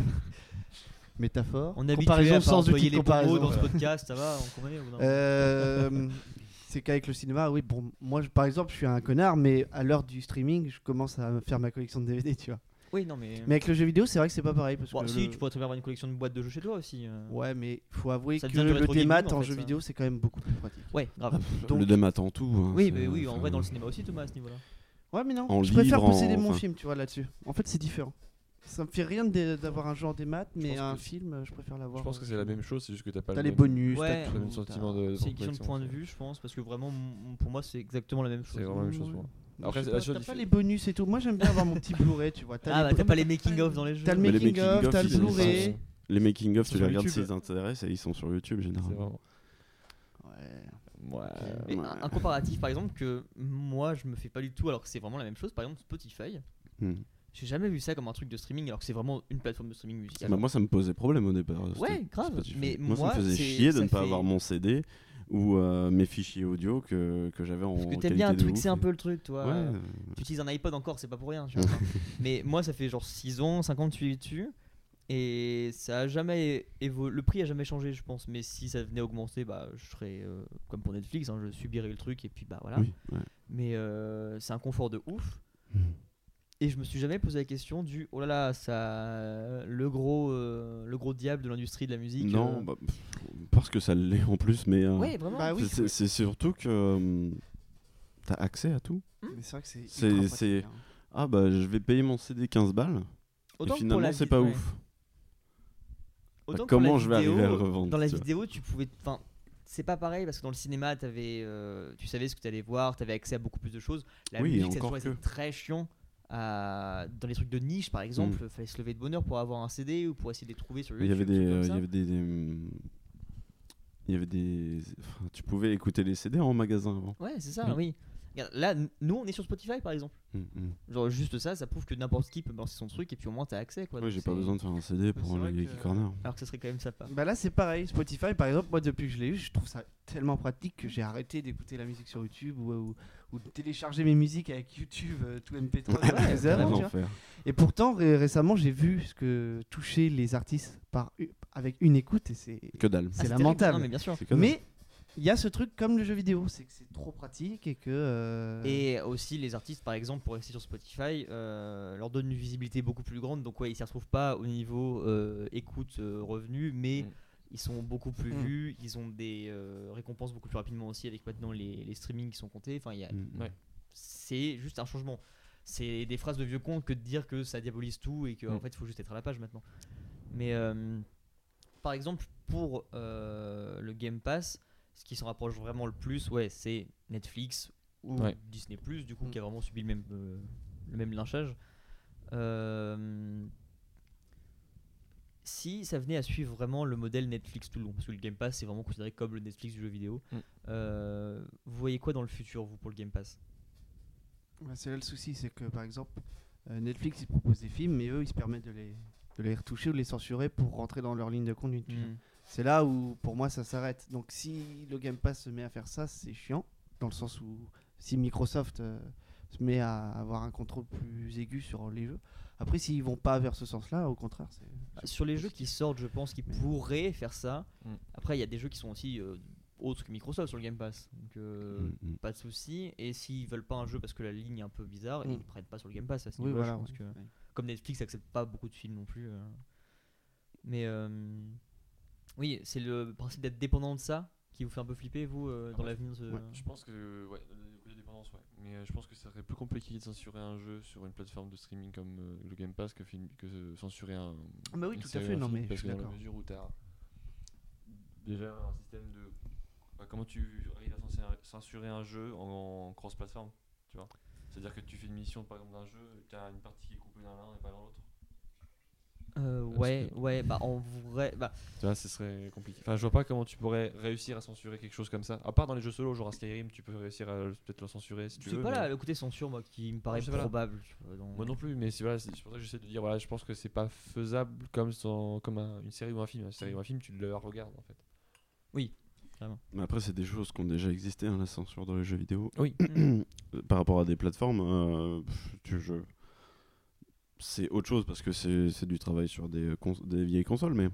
Speaker 3: Métaphore.
Speaker 1: On est habitué
Speaker 3: comparaison
Speaker 1: à pas
Speaker 3: sans outil
Speaker 1: employer les
Speaker 3: de
Speaker 1: bons mots
Speaker 3: comparaison.
Speaker 1: dans ce podcast, ça va, on comprenait ou non
Speaker 3: Euh, c'est qu'avec le cinéma, oui, bon, moi je- par exemple, je suis un connard, mais à l'heure du streaming, je commence à faire ma collection de DVD, tu vois.
Speaker 1: Oui, non mais.
Speaker 3: Mais avec le jeu vidéo, c'est vrai que c'est pas pareil. Parce
Speaker 1: Bon,
Speaker 3: que
Speaker 1: si,
Speaker 3: le-
Speaker 1: tu pourrais très bien avoir une collection de boîtes de jeux chez toi aussi. euh.
Speaker 3: Ouais, mais il faut avouer
Speaker 1: Ça
Speaker 3: que
Speaker 1: devient du
Speaker 3: le
Speaker 1: rétro
Speaker 3: démat
Speaker 1: gaming, en
Speaker 3: en
Speaker 1: fait,
Speaker 3: jeu
Speaker 1: ça.
Speaker 3: vidéo, c'est quand même beaucoup plus pratique.
Speaker 1: Ouais, grave.
Speaker 2: Le
Speaker 3: Donc-
Speaker 2: démat en tout. hein,
Speaker 1: Oui,
Speaker 2: Ah, c'est-
Speaker 1: mais oui, en
Speaker 2: enfin,
Speaker 1: vrai, dans le cinéma aussi, Thomas, à ce niveau-là.
Speaker 3: Ouais, mais non,
Speaker 2: En
Speaker 3: je préfère
Speaker 2: livre, en-
Speaker 3: posséder mon
Speaker 2: enfin.
Speaker 3: film, tu vois, là-dessus. En fait, c'est différent. Ça me fait rien de- d'avoir un jeu en démat, mais
Speaker 5: pense
Speaker 3: un
Speaker 5: que-
Speaker 3: film, euh, je préfère l'avoir.
Speaker 5: Je pense que c'est la même chose, c'est juste que t'as pas
Speaker 3: T'as
Speaker 5: le
Speaker 3: les
Speaker 5: même-
Speaker 3: bonus,
Speaker 1: Ouais.
Speaker 3: t'as
Speaker 5: le
Speaker 3: tout,
Speaker 5: même
Speaker 3: t'as-
Speaker 5: sentiment de.
Speaker 1: C'est une question de point de
Speaker 5: c'est-
Speaker 1: vue, je pense, parce que vraiment, m- pour moi, c'est exactement la même chose.
Speaker 5: C'est vraiment la même chose pour moi. Après,
Speaker 3: Je sais
Speaker 5: la
Speaker 3: pas,
Speaker 5: seule
Speaker 3: T'as pas
Speaker 5: diffé-
Speaker 3: les bonus et tout. Moi, j'aime bien avoir mon petit Blu-ray, tu vois.
Speaker 1: Ah,
Speaker 3: les
Speaker 1: bah, t'as
Speaker 3: bo-
Speaker 1: pas les making-of dans les jeux.
Speaker 3: t'as le
Speaker 2: Mais les
Speaker 3: making-of,
Speaker 2: making-of,
Speaker 3: t'as le
Speaker 2: ils sont
Speaker 3: Blu-ray.
Speaker 2: Les making-of,
Speaker 3: Sur
Speaker 2: tu les regardes
Speaker 3: YouTube.
Speaker 2: s'ils t'intéressent et ils sont sur YouTube
Speaker 5: C'est
Speaker 2: généralement.
Speaker 5: vraiment.
Speaker 3: Ouais.
Speaker 5: Ouais.
Speaker 1: Mais
Speaker 2: Ouais.
Speaker 1: un un comparatif, par exemple, que moi, je me fais pas du tout, alors que c'est vraiment la même chose. Par exemple, Spotify,
Speaker 2: Hmm.
Speaker 1: j'ai jamais vu ça comme un truc de streaming, alors que c'est vraiment une plateforme de streaming musical.
Speaker 2: Bah, moi, ça me posait problème au départ.
Speaker 1: Ouais,
Speaker 2: Spotify.
Speaker 1: grave. Mais
Speaker 2: moi, ça me faisait
Speaker 1: c'est-
Speaker 2: chier de
Speaker 1: ça
Speaker 2: ne pas
Speaker 1: fait-
Speaker 2: avoir mon CD ou euh, mes fichiers audio que, que j'avais en.
Speaker 1: Parce que
Speaker 2: qualité
Speaker 1: t'aimes bien un
Speaker 2: de
Speaker 1: truc,
Speaker 2: ouf.
Speaker 1: c'est un peu le truc, toi.
Speaker 2: Ouais, euh,
Speaker 1: Tu utilises un iPod encore, c'est pas pour rien. tu vois. mais moi, ça fait genre 6 ans, 5 ans que je suis dessus. Et ça a jamais évolué. Le prix a jamais changé, je pense. Mais si ça venait à augmenter, bah, je serais euh, comme pour Netflix, hein, je subirais le truc et puis bah voilà.
Speaker 2: oui, ouais. Hmm.
Speaker 1: Mais euh, c'est un confort de ouf. Et je me suis jamais posé la question du oh là là, ça, le gros, euh, le gros diable de l'industrie de la musique.
Speaker 2: Non,
Speaker 1: euh.
Speaker 2: bah, pff, parce que ça l'est en plus, mais euh,
Speaker 1: ouais, vraiment.
Speaker 3: Bah oui,
Speaker 2: c'est- c'est c'est surtout que euh, t'as accès à tout.
Speaker 3: mais c'est vrai que c'est.
Speaker 2: C'est-
Speaker 3: ultra pratique,
Speaker 2: c'est-
Speaker 3: hein.
Speaker 2: Ah bah je vais payer mon CD 15 balles,
Speaker 1: Autant que
Speaker 2: et
Speaker 1: pour
Speaker 2: Bah, finalement
Speaker 1: la
Speaker 2: c'est
Speaker 1: vid-
Speaker 2: pas
Speaker 1: ouais.
Speaker 2: ouf. Bah,
Speaker 1: Autant que pour la
Speaker 2: comment je vais
Speaker 1: vidéo,
Speaker 2: arriver à le revendre
Speaker 1: Dans la
Speaker 2: tu vois
Speaker 1: vidéo, tu pouvais. Enfin, c'est pas pareil parce que dans le cinéma, avais, tu savais ce que tu allais voir, tu avais accès à beaucoup plus de choses. La
Speaker 2: Oui,
Speaker 1: musique, ça a
Speaker 2: encore
Speaker 1: toujours été
Speaker 2: que.
Speaker 1: très chiant. à- Dans les trucs de niche, par exemple, il fallait se lever de bonne heure pour avoir un CD ou pour essayer de les trouver sur
Speaker 2: Mm. Il
Speaker 1: YouTube.
Speaker 2: y avait
Speaker 1: trucs
Speaker 2: des,
Speaker 1: comme
Speaker 2: euh, il y
Speaker 1: ça.
Speaker 2: avait des, des, hum, il y avait des, enfin, tu pouvais écouter les CD en magasin avant.
Speaker 1: Ouais, c'est
Speaker 2: Mm.
Speaker 1: ça, oui. Regarde, là, n- nous, on est sur Spotify, par exemple.
Speaker 2: Hum, hum.
Speaker 1: Genre, juste ça, ça prouve que n'importe qui peut lancer son truc et puis au moins t'as accès. Quoi,
Speaker 2: Oui,
Speaker 1: donc
Speaker 2: j'ai pas
Speaker 1: c'est-
Speaker 2: besoin de faire un CD
Speaker 3: c'est
Speaker 2: pour le
Speaker 3: vrai
Speaker 2: Geeky
Speaker 3: que-
Speaker 2: Corner.
Speaker 1: Alors que ça serait quand même sympa. Ah,
Speaker 3: Bah là, c'est pareil. Spotify, par exemple, moi, depuis que je l'ai eu, je trouve ça tellement pratique que j'ai arrêté d'écouter la musique sur YouTube ou, ou, ou de télécharger mes musiques avec YouTube, euh, tout
Speaker 2: Ouais,
Speaker 3: MP3, tous les heures,
Speaker 2: Quel
Speaker 3: tu vois.
Speaker 2: enfer.
Speaker 3: Et pourtant, ré- récemment, j'ai vu ce que toucher les artistes par u- avec une écoute et c'est.
Speaker 2: Que dalle.
Speaker 1: Ah, terrible.
Speaker 3: lamentable.
Speaker 1: Non, mais bien sûr.
Speaker 2: C'est que dalle.
Speaker 3: Mais il y a ce truc comme le jeu vidéo, c'est que c'est trop pratique et que. euh,
Speaker 1: Et aussi, les artistes, par exemple, pour rester sur Spotify, euh, leur donne une visibilité beaucoup plus grande. Donc, ouais, ils ne s'y retrouvent pas au niveau euh, écoute, euh, revenu, mais
Speaker 5: Mm.
Speaker 1: ils sont beaucoup plus
Speaker 3: Mm.
Speaker 1: vus. Ils ont des euh, récompenses beaucoup plus rapidement aussi avec maintenant les, les streamings qui sont comptés. Enfin, il y a-
Speaker 2: Hum, hum.
Speaker 5: Ouais.
Speaker 1: c'est juste un changement. C'est des phrases de vieux con que de dire que ça diabolise tout et qu'en
Speaker 5: Mm.
Speaker 1: fait, il faut juste être à la page maintenant. Mais euh, par exemple, pour euh, le Game Pass, ce qui s'en rapproche vraiment le plus, ouais, c'est Netflix ou
Speaker 5: Ouais.
Speaker 1: Disney Plus, du coup,
Speaker 3: Mm.
Speaker 1: qui a vraiment subi le même, euh, le même lynchage. Euh, si ça venait à suivre vraiment le modèle Netflix tout le long, parce que le Game Pass c'est vraiment considéré comme le Netflix du jeu vidéo,
Speaker 5: Mm.
Speaker 1: euh, vous voyez quoi dans le futur, vous, pour le Game Pass
Speaker 3: bah, c'est là le souci, c'est que par exemple, euh, Netflix ils proposent des films, mais eux ils se permettent de les, de les retoucher ou de les censurer pour rentrer dans leur ligne de conduite.
Speaker 2: Mmh.
Speaker 3: tu vois.
Speaker 5: Mm.
Speaker 3: C'est là où pour moi ça s'arrête. Donc si le Game Pass se met à faire ça, c'est chiant, dans le sens où si Microsoft euh, se met à avoir un contrôle plus aigu sur les jeux. Après, s'ils vont pas vers ce sens-là, au contraire, c'est.
Speaker 1: Ah, Sur les jeux qui sortent, je pense qu'ils
Speaker 3: Mais-
Speaker 1: pourraient faire ça.
Speaker 5: Mm.
Speaker 1: Après, il y a des jeux qui sont aussi euh, autres que Microsoft sur le Game Pass. Donc, euh,
Speaker 5: Mm.
Speaker 2: Hum, hum.
Speaker 1: pas de souci. Et s'ils veulent pas un jeu parce que la ligne est un peu bizarre,
Speaker 3: Mm.
Speaker 1: ils ne prennent pas sur le Game Pass. À ce
Speaker 3: Oui,
Speaker 1: niveau-là,
Speaker 3: voilà,
Speaker 1: je pense
Speaker 3: ouais.
Speaker 1: que-
Speaker 3: Ouais.
Speaker 1: Comme Netflix n'accepte pas beaucoup de films non plus. euh. Mais euh, oui, c'est le principe d'être dépendant de ça qui vous fait un peu flipper, vous, euh, dans l'avenir de...
Speaker 5: Ah bah, Je pense que, ouais, la- la dépendance, ouais. Mais euh, je pense que ça serait plus compliqué de censurer un jeu sur une plateforme de streaming comme euh, le Game Pass que, film- que euh, censurer un.
Speaker 3: Ah bah oui,
Speaker 5: une
Speaker 3: tout à
Speaker 5: série ou
Speaker 3: fait,
Speaker 5: un
Speaker 3: non,
Speaker 5: film,
Speaker 3: mais je
Speaker 5: Parce
Speaker 3: suis
Speaker 5: que dans la
Speaker 3: d'accord.
Speaker 5: mesure où t'as déjà un système de. enfin, comment tu arrives à censurer- censurer un jeu en, en cross-plateforme, tu vois C'est-à-dire que tu fais une mission, par exemple, d'un jeu, t'as une partie qui est coupée dans l'un et pas dans l'autre.
Speaker 1: Euh,
Speaker 5: Parce
Speaker 1: ouais,
Speaker 5: que-
Speaker 1: ouais, bah en vrai... Bah,
Speaker 5: Tu vois, ce serait compliqué. Enfin, je vois pas comment tu pourrais réussir à censurer quelque chose comme ça. À part dans les jeux solo, genre à Skyrim, tu peux réussir à le- peut-être le censurer si tu
Speaker 1: c'est
Speaker 5: veux.
Speaker 1: pas
Speaker 5: mais- Ah,
Speaker 1: là le côté censure, moi, qui me paraît
Speaker 5: sais pas là.
Speaker 1: probable. tu vois, dans-
Speaker 5: Moi non plus, mais c'est voilà, c'est c'est pour ça que j'essaie de dire, voilà, je pense que c'est pas faisable comme, sans- comme un- une série ou un film. Une série ou un film, tu le regardes en fait. Ah,
Speaker 2: Mais après, c'est des choses qui ont déjà existé, hein, la censure dans les jeux vidéo.
Speaker 5: Oui.
Speaker 2: Par rapport à des plateformes, euh, pff, tu- je- c'est autre chose parce que c'est c'est du travail sur des, euh, cons- des vieilles consoles, mais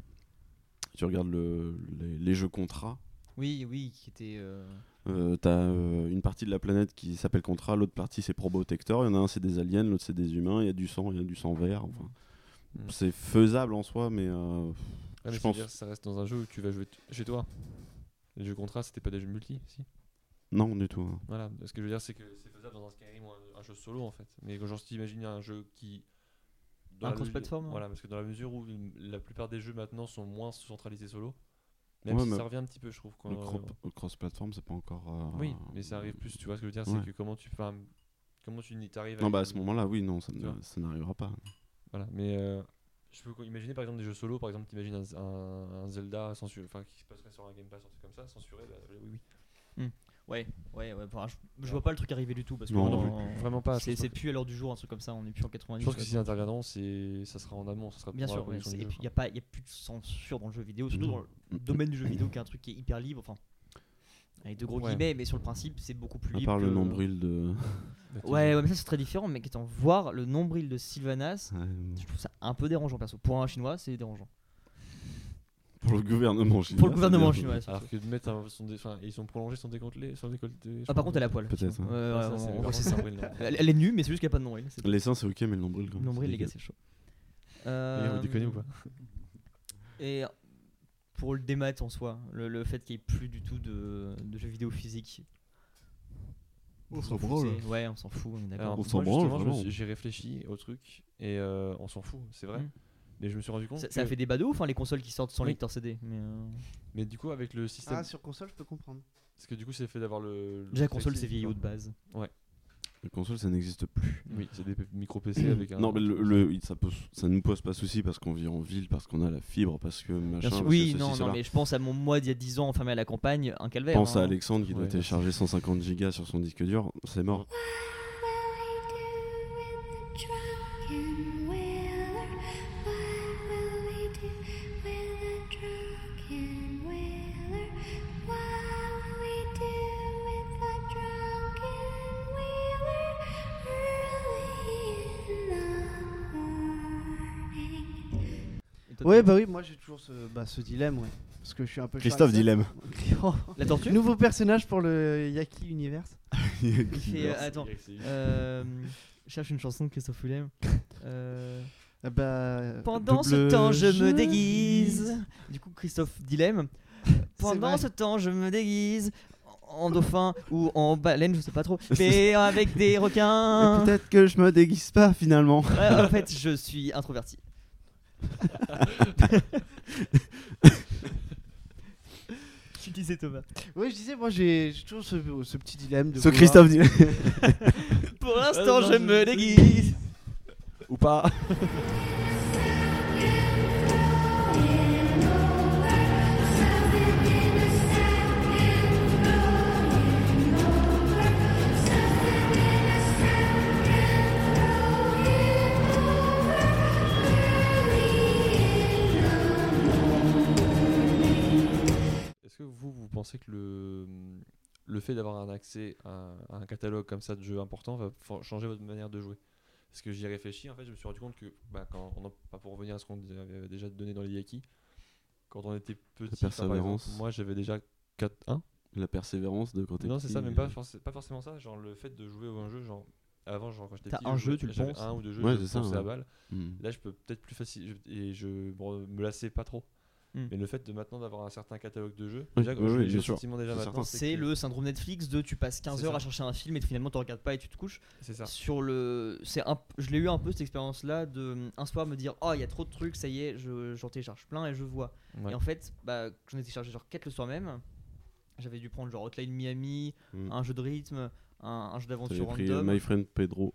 Speaker 2: tu regardes le, les, les jeux contrats.
Speaker 1: Oui, oui, qui était... euh,
Speaker 2: Euh, T'as euh, une partie de la planète qui s'appelle Contrat, l'autre partie c'est Probotector, il y en a un c'est des aliens, l'autre c'est des humains, il y a du sang, il y a du sang vert. Enfin,
Speaker 5: Mm.
Speaker 2: c'est faisable en soi, mais euh,
Speaker 5: Ouais, mais
Speaker 2: Je
Speaker 5: je
Speaker 2: pense-
Speaker 5: pense. Dire, ça reste dans un jeu où tu vas jouer t- chez toi. Les jeux contrats, c'était pas des jeux multi, si.
Speaker 2: non du tout. hein.
Speaker 5: Voilà. Ce que je veux dire, c'est que c'est faisable dans un Skyrim ou un, un jeu solo en fait. Mais quand genre, si t'imagines un jeu qui.
Speaker 1: Un
Speaker 5: la mesure-
Speaker 1: cross-platform, hein.
Speaker 5: Voilà, parce que dans la mesure où la plupart des jeux maintenant sont moins centralisés solo, même
Speaker 2: Ouais,
Speaker 5: si
Speaker 2: mais
Speaker 5: ça revient un petit peu, je trouve. quand-
Speaker 2: Le, cro- le cross-platform c'est pas encore. euh,
Speaker 5: Oui, mais ça arrive plus, tu vois ce que je veux dire,
Speaker 2: Ouais.
Speaker 5: c'est que comment tu enfin, comment tu n'y t'arrives
Speaker 2: Non,
Speaker 5: avec-
Speaker 2: bah à ce moment-là, oui, non, ça
Speaker 5: Tu
Speaker 2: ne-
Speaker 5: vois.
Speaker 2: ça n'arrivera pas.
Speaker 5: Voilà, mais euh, je peux imaginer par exemple des jeux solo, par exemple, t'imagines un, un, un Zelda censuré, enfin qui se passerait sur un Game Pass, un truc comme ça, censuré, bah, oui, oui.
Speaker 1: Ouais, ouais, ouais. enfin, je, je vois pas le truc arriver du tout parce que
Speaker 2: Non,
Speaker 1: on-
Speaker 2: non
Speaker 1: on-
Speaker 5: Vraiment pas.
Speaker 1: C'est
Speaker 5: je pense
Speaker 1: c'est
Speaker 5: pas.
Speaker 1: plus à l'heure du jour un truc comme ça, on est plus en
Speaker 5: Je
Speaker 1: 90.
Speaker 5: pense que
Speaker 1: quoi.
Speaker 5: s'ils interviendront, c'est ça sera en amont, ça sera
Speaker 1: Bien
Speaker 5: pour la
Speaker 1: sûr, ouais,
Speaker 5: production
Speaker 1: c'est-
Speaker 5: du
Speaker 1: et
Speaker 5: jeu,
Speaker 1: puis il n'y
Speaker 5: quoi.
Speaker 1: a, pas- y a plus de censure dans le jeu vidéo, surtout
Speaker 2: Mhm.
Speaker 1: dans le domaine du jeu vidéo qui est un truc qui est hyper libre, enfin, avec de gros
Speaker 5: Ouais.
Speaker 1: guillemets, mais sur le principe c'est beaucoup plus
Speaker 2: À
Speaker 1: libre.
Speaker 2: part le
Speaker 1: que-
Speaker 2: nombril de.
Speaker 5: Bah,
Speaker 1: Ouais, ouais, mais ça c'est très différent, mais qu'étant voir le nombril de Sylvanas,
Speaker 2: Ouais, bon.
Speaker 1: je trouve ça un peu dérangeant perso. Pour un chinois, c'est dérangeant.
Speaker 2: Pour le gouvernement chinois. euh,
Speaker 1: Pour le gouvernement
Speaker 2: c'est bien.
Speaker 1: chinois.
Speaker 5: Alors que de mettre un, son dé- enfin, ils sont prolongés sans décolleté. Sans décolleté je
Speaker 1: Ah, par
Speaker 5: crois.
Speaker 1: contre, elle a poil.
Speaker 2: Peut-être,
Speaker 1: effectivement.
Speaker 2: hein.
Speaker 1: Ouais, ouais,
Speaker 5: Ah, ça,
Speaker 1: on-
Speaker 5: c'est-
Speaker 1: on
Speaker 5: par
Speaker 1: voit
Speaker 5: contre,
Speaker 1: ses seins.
Speaker 5: nombril, non.
Speaker 1: Elle elle est nue, mais c'est juste qu'elle a pas de nombril. c'est tout.
Speaker 2: Les seins, c'est ok, mais le nombril, quand même.
Speaker 1: Nombril,
Speaker 2: c'est
Speaker 1: les gars,
Speaker 2: dégueu.
Speaker 1: c'est chaud.
Speaker 5: D'ailleurs,
Speaker 1: Euh,
Speaker 5: Vous déconnez ou pas
Speaker 1: Et pour le démat en soi, le, le fait qu'il n'y ait plus du tout de, de jeux vidéo physiques.
Speaker 3: On
Speaker 1: Vous
Speaker 3: s'en
Speaker 1: vous
Speaker 3: branle.
Speaker 1: foutez. Ouais, on s'en fout, on est d'accord.
Speaker 5: Alors,
Speaker 2: On s'en
Speaker 5: moi, justement,
Speaker 2: branle,
Speaker 5: je me
Speaker 2: vraiment.
Speaker 5: suis- J'ai réfléchi au truc et euh, on s'en fout, c'est vrai.
Speaker 1: Mm.
Speaker 5: Mais je me suis rendu compte.
Speaker 1: Ça, ça
Speaker 5: que-
Speaker 1: fait débat de ouf, hein, les consoles qui sortent sans
Speaker 5: euh, Oui.
Speaker 1: lecteur CD. Mais euh,
Speaker 5: Mais du coup, avec le système.
Speaker 3: Ah, sur console, je peux comprendre.
Speaker 5: Parce que du coup, c'est fait d'avoir le. le
Speaker 1: Déjà, console, c'est
Speaker 5: tactile,
Speaker 1: vieillot
Speaker 5: quoi.
Speaker 1: de base.
Speaker 2: Les consoles, ça n'existe plus.
Speaker 5: Oui, c'est des micro-PC avec un.
Speaker 2: Mm. Non, mais le, le- ça, pose, ça nous pose pas souci parce qu'on vit en ville, parce qu'on a la fibre, parce que machin.
Speaker 1: Bien sûr,
Speaker 2: parce que
Speaker 1: oui,
Speaker 2: ceci,
Speaker 1: non, non,
Speaker 2: cela.
Speaker 1: mais je pense à mon moi d'il y a 10 ans enfermé à la campagne, un calvaire.
Speaker 2: Pense à
Speaker 1: hein.
Speaker 2: Alexandre qui doit
Speaker 5: Ouais.
Speaker 2: télécharger 150 gigas sur son disque dur, c'est mort.
Speaker 1: Et toi,
Speaker 3: Ouais,
Speaker 1: t'as-
Speaker 3: bah oui, moi j'ai toujours ce, bah, ce dilemme, ouais. Parce que je suis un peu.
Speaker 2: Christophe
Speaker 3: Charles
Speaker 2: Dilemme.
Speaker 3: Seul.
Speaker 1: La tortue
Speaker 3: Nouveau personnage pour le Yaki Universe.
Speaker 1: Il fait, euh, Attends, euh, cherche une chanson de Christophe Willem. Euh,
Speaker 3: Ah bah.
Speaker 1: Pendant ce
Speaker 3: double
Speaker 1: temps, je me
Speaker 3: jeu.
Speaker 1: déguise. Du coup, Christophe Dilemme. Pendant
Speaker 3: vrai.
Speaker 1: ce temps, je me déguise en dauphin ou en baleine, je sais pas trop, mais avec des
Speaker 2: Mais
Speaker 1: requins.
Speaker 2: Peut-être que je me déguise pas finalement.
Speaker 1: Ouais, en fait, je suis introverti. Tu disais Thomas.
Speaker 3: Oui, je disais, moi j'ai j'ai toujours ce, ce petit dilemme. De
Speaker 2: Ce
Speaker 3: vouloir-
Speaker 2: Christophe Dilemme.
Speaker 1: Pour l'instant,
Speaker 5: non,
Speaker 1: je
Speaker 5: je
Speaker 1: me
Speaker 5: me
Speaker 1: déguise.
Speaker 2: Ou pas.
Speaker 5: Est-ce que vous, vous pensez que le, le fait d'avoir un accès à un, à un catalogue comme ça de jeux importants va for- changer votre manière de jouer Parce que j'y ai réfléchi, en fait, je me suis rendu compte que, bah, quand on en- pas pour revenir à ce qu'on avait déjà donné dans les Yaki, quand on était petit, enfin, par
Speaker 2: persévérance.
Speaker 5: exemple, moi j'avais déjà 4 1
Speaker 2: La persévérance de côté.
Speaker 5: Non, c'est ça, même
Speaker 2: euh,
Speaker 5: pas, forc- pas forcément ça. Genre le fait de jouer à un jeu, genre avant, genre quand j'étais
Speaker 1: T'as
Speaker 5: petit,
Speaker 1: un
Speaker 5: je jouais-
Speaker 1: jeu, tu le
Speaker 5: j'avais
Speaker 1: ponces.
Speaker 5: un ou deux jeux,
Speaker 2: Ouais,
Speaker 5: je
Speaker 2: c'est ça,
Speaker 5: ponçais à
Speaker 2: ouais.
Speaker 5: balle.
Speaker 2: hmm.
Speaker 5: Là, je peux peut-être plus facile je- et je me me lassais pas trop.
Speaker 1: Hmm.
Speaker 5: Mais le fait de maintenant d'avoir un certain catalogue de jeux,
Speaker 2: Oui,
Speaker 5: déjà,
Speaker 2: oui,
Speaker 5: je-
Speaker 2: oui,
Speaker 5: j'ai
Speaker 2: bien
Speaker 5: le
Speaker 2: sûr.
Speaker 5: sentiment déjà
Speaker 2: C'est
Speaker 5: maintenant,
Speaker 2: certain.
Speaker 1: C'est
Speaker 5: que-
Speaker 1: le syndrome Netflix de tu passes 15
Speaker 5: C'est
Speaker 1: heures
Speaker 5: ça.
Speaker 1: à chercher un film et finalement tu regardes pas et tu te couches.
Speaker 5: C'est ça.
Speaker 1: Sur le, c'est un, je l'ai eu un peu cette expérience là de hum, un soir me dire oh il y a trop de trucs ça y est je j'en télécharge plein et je vois.
Speaker 5: Ouais.
Speaker 1: Et en fait bah j'en ai téléchargé genre 4 le soir même. J'avais dû prendre genre Hotline Miami,
Speaker 2: Mm.
Speaker 1: un jeu de rythme, un, un jeu
Speaker 2: J'avais
Speaker 1: d'aventure
Speaker 2: pris
Speaker 1: random.
Speaker 2: euh, My Friend Pedro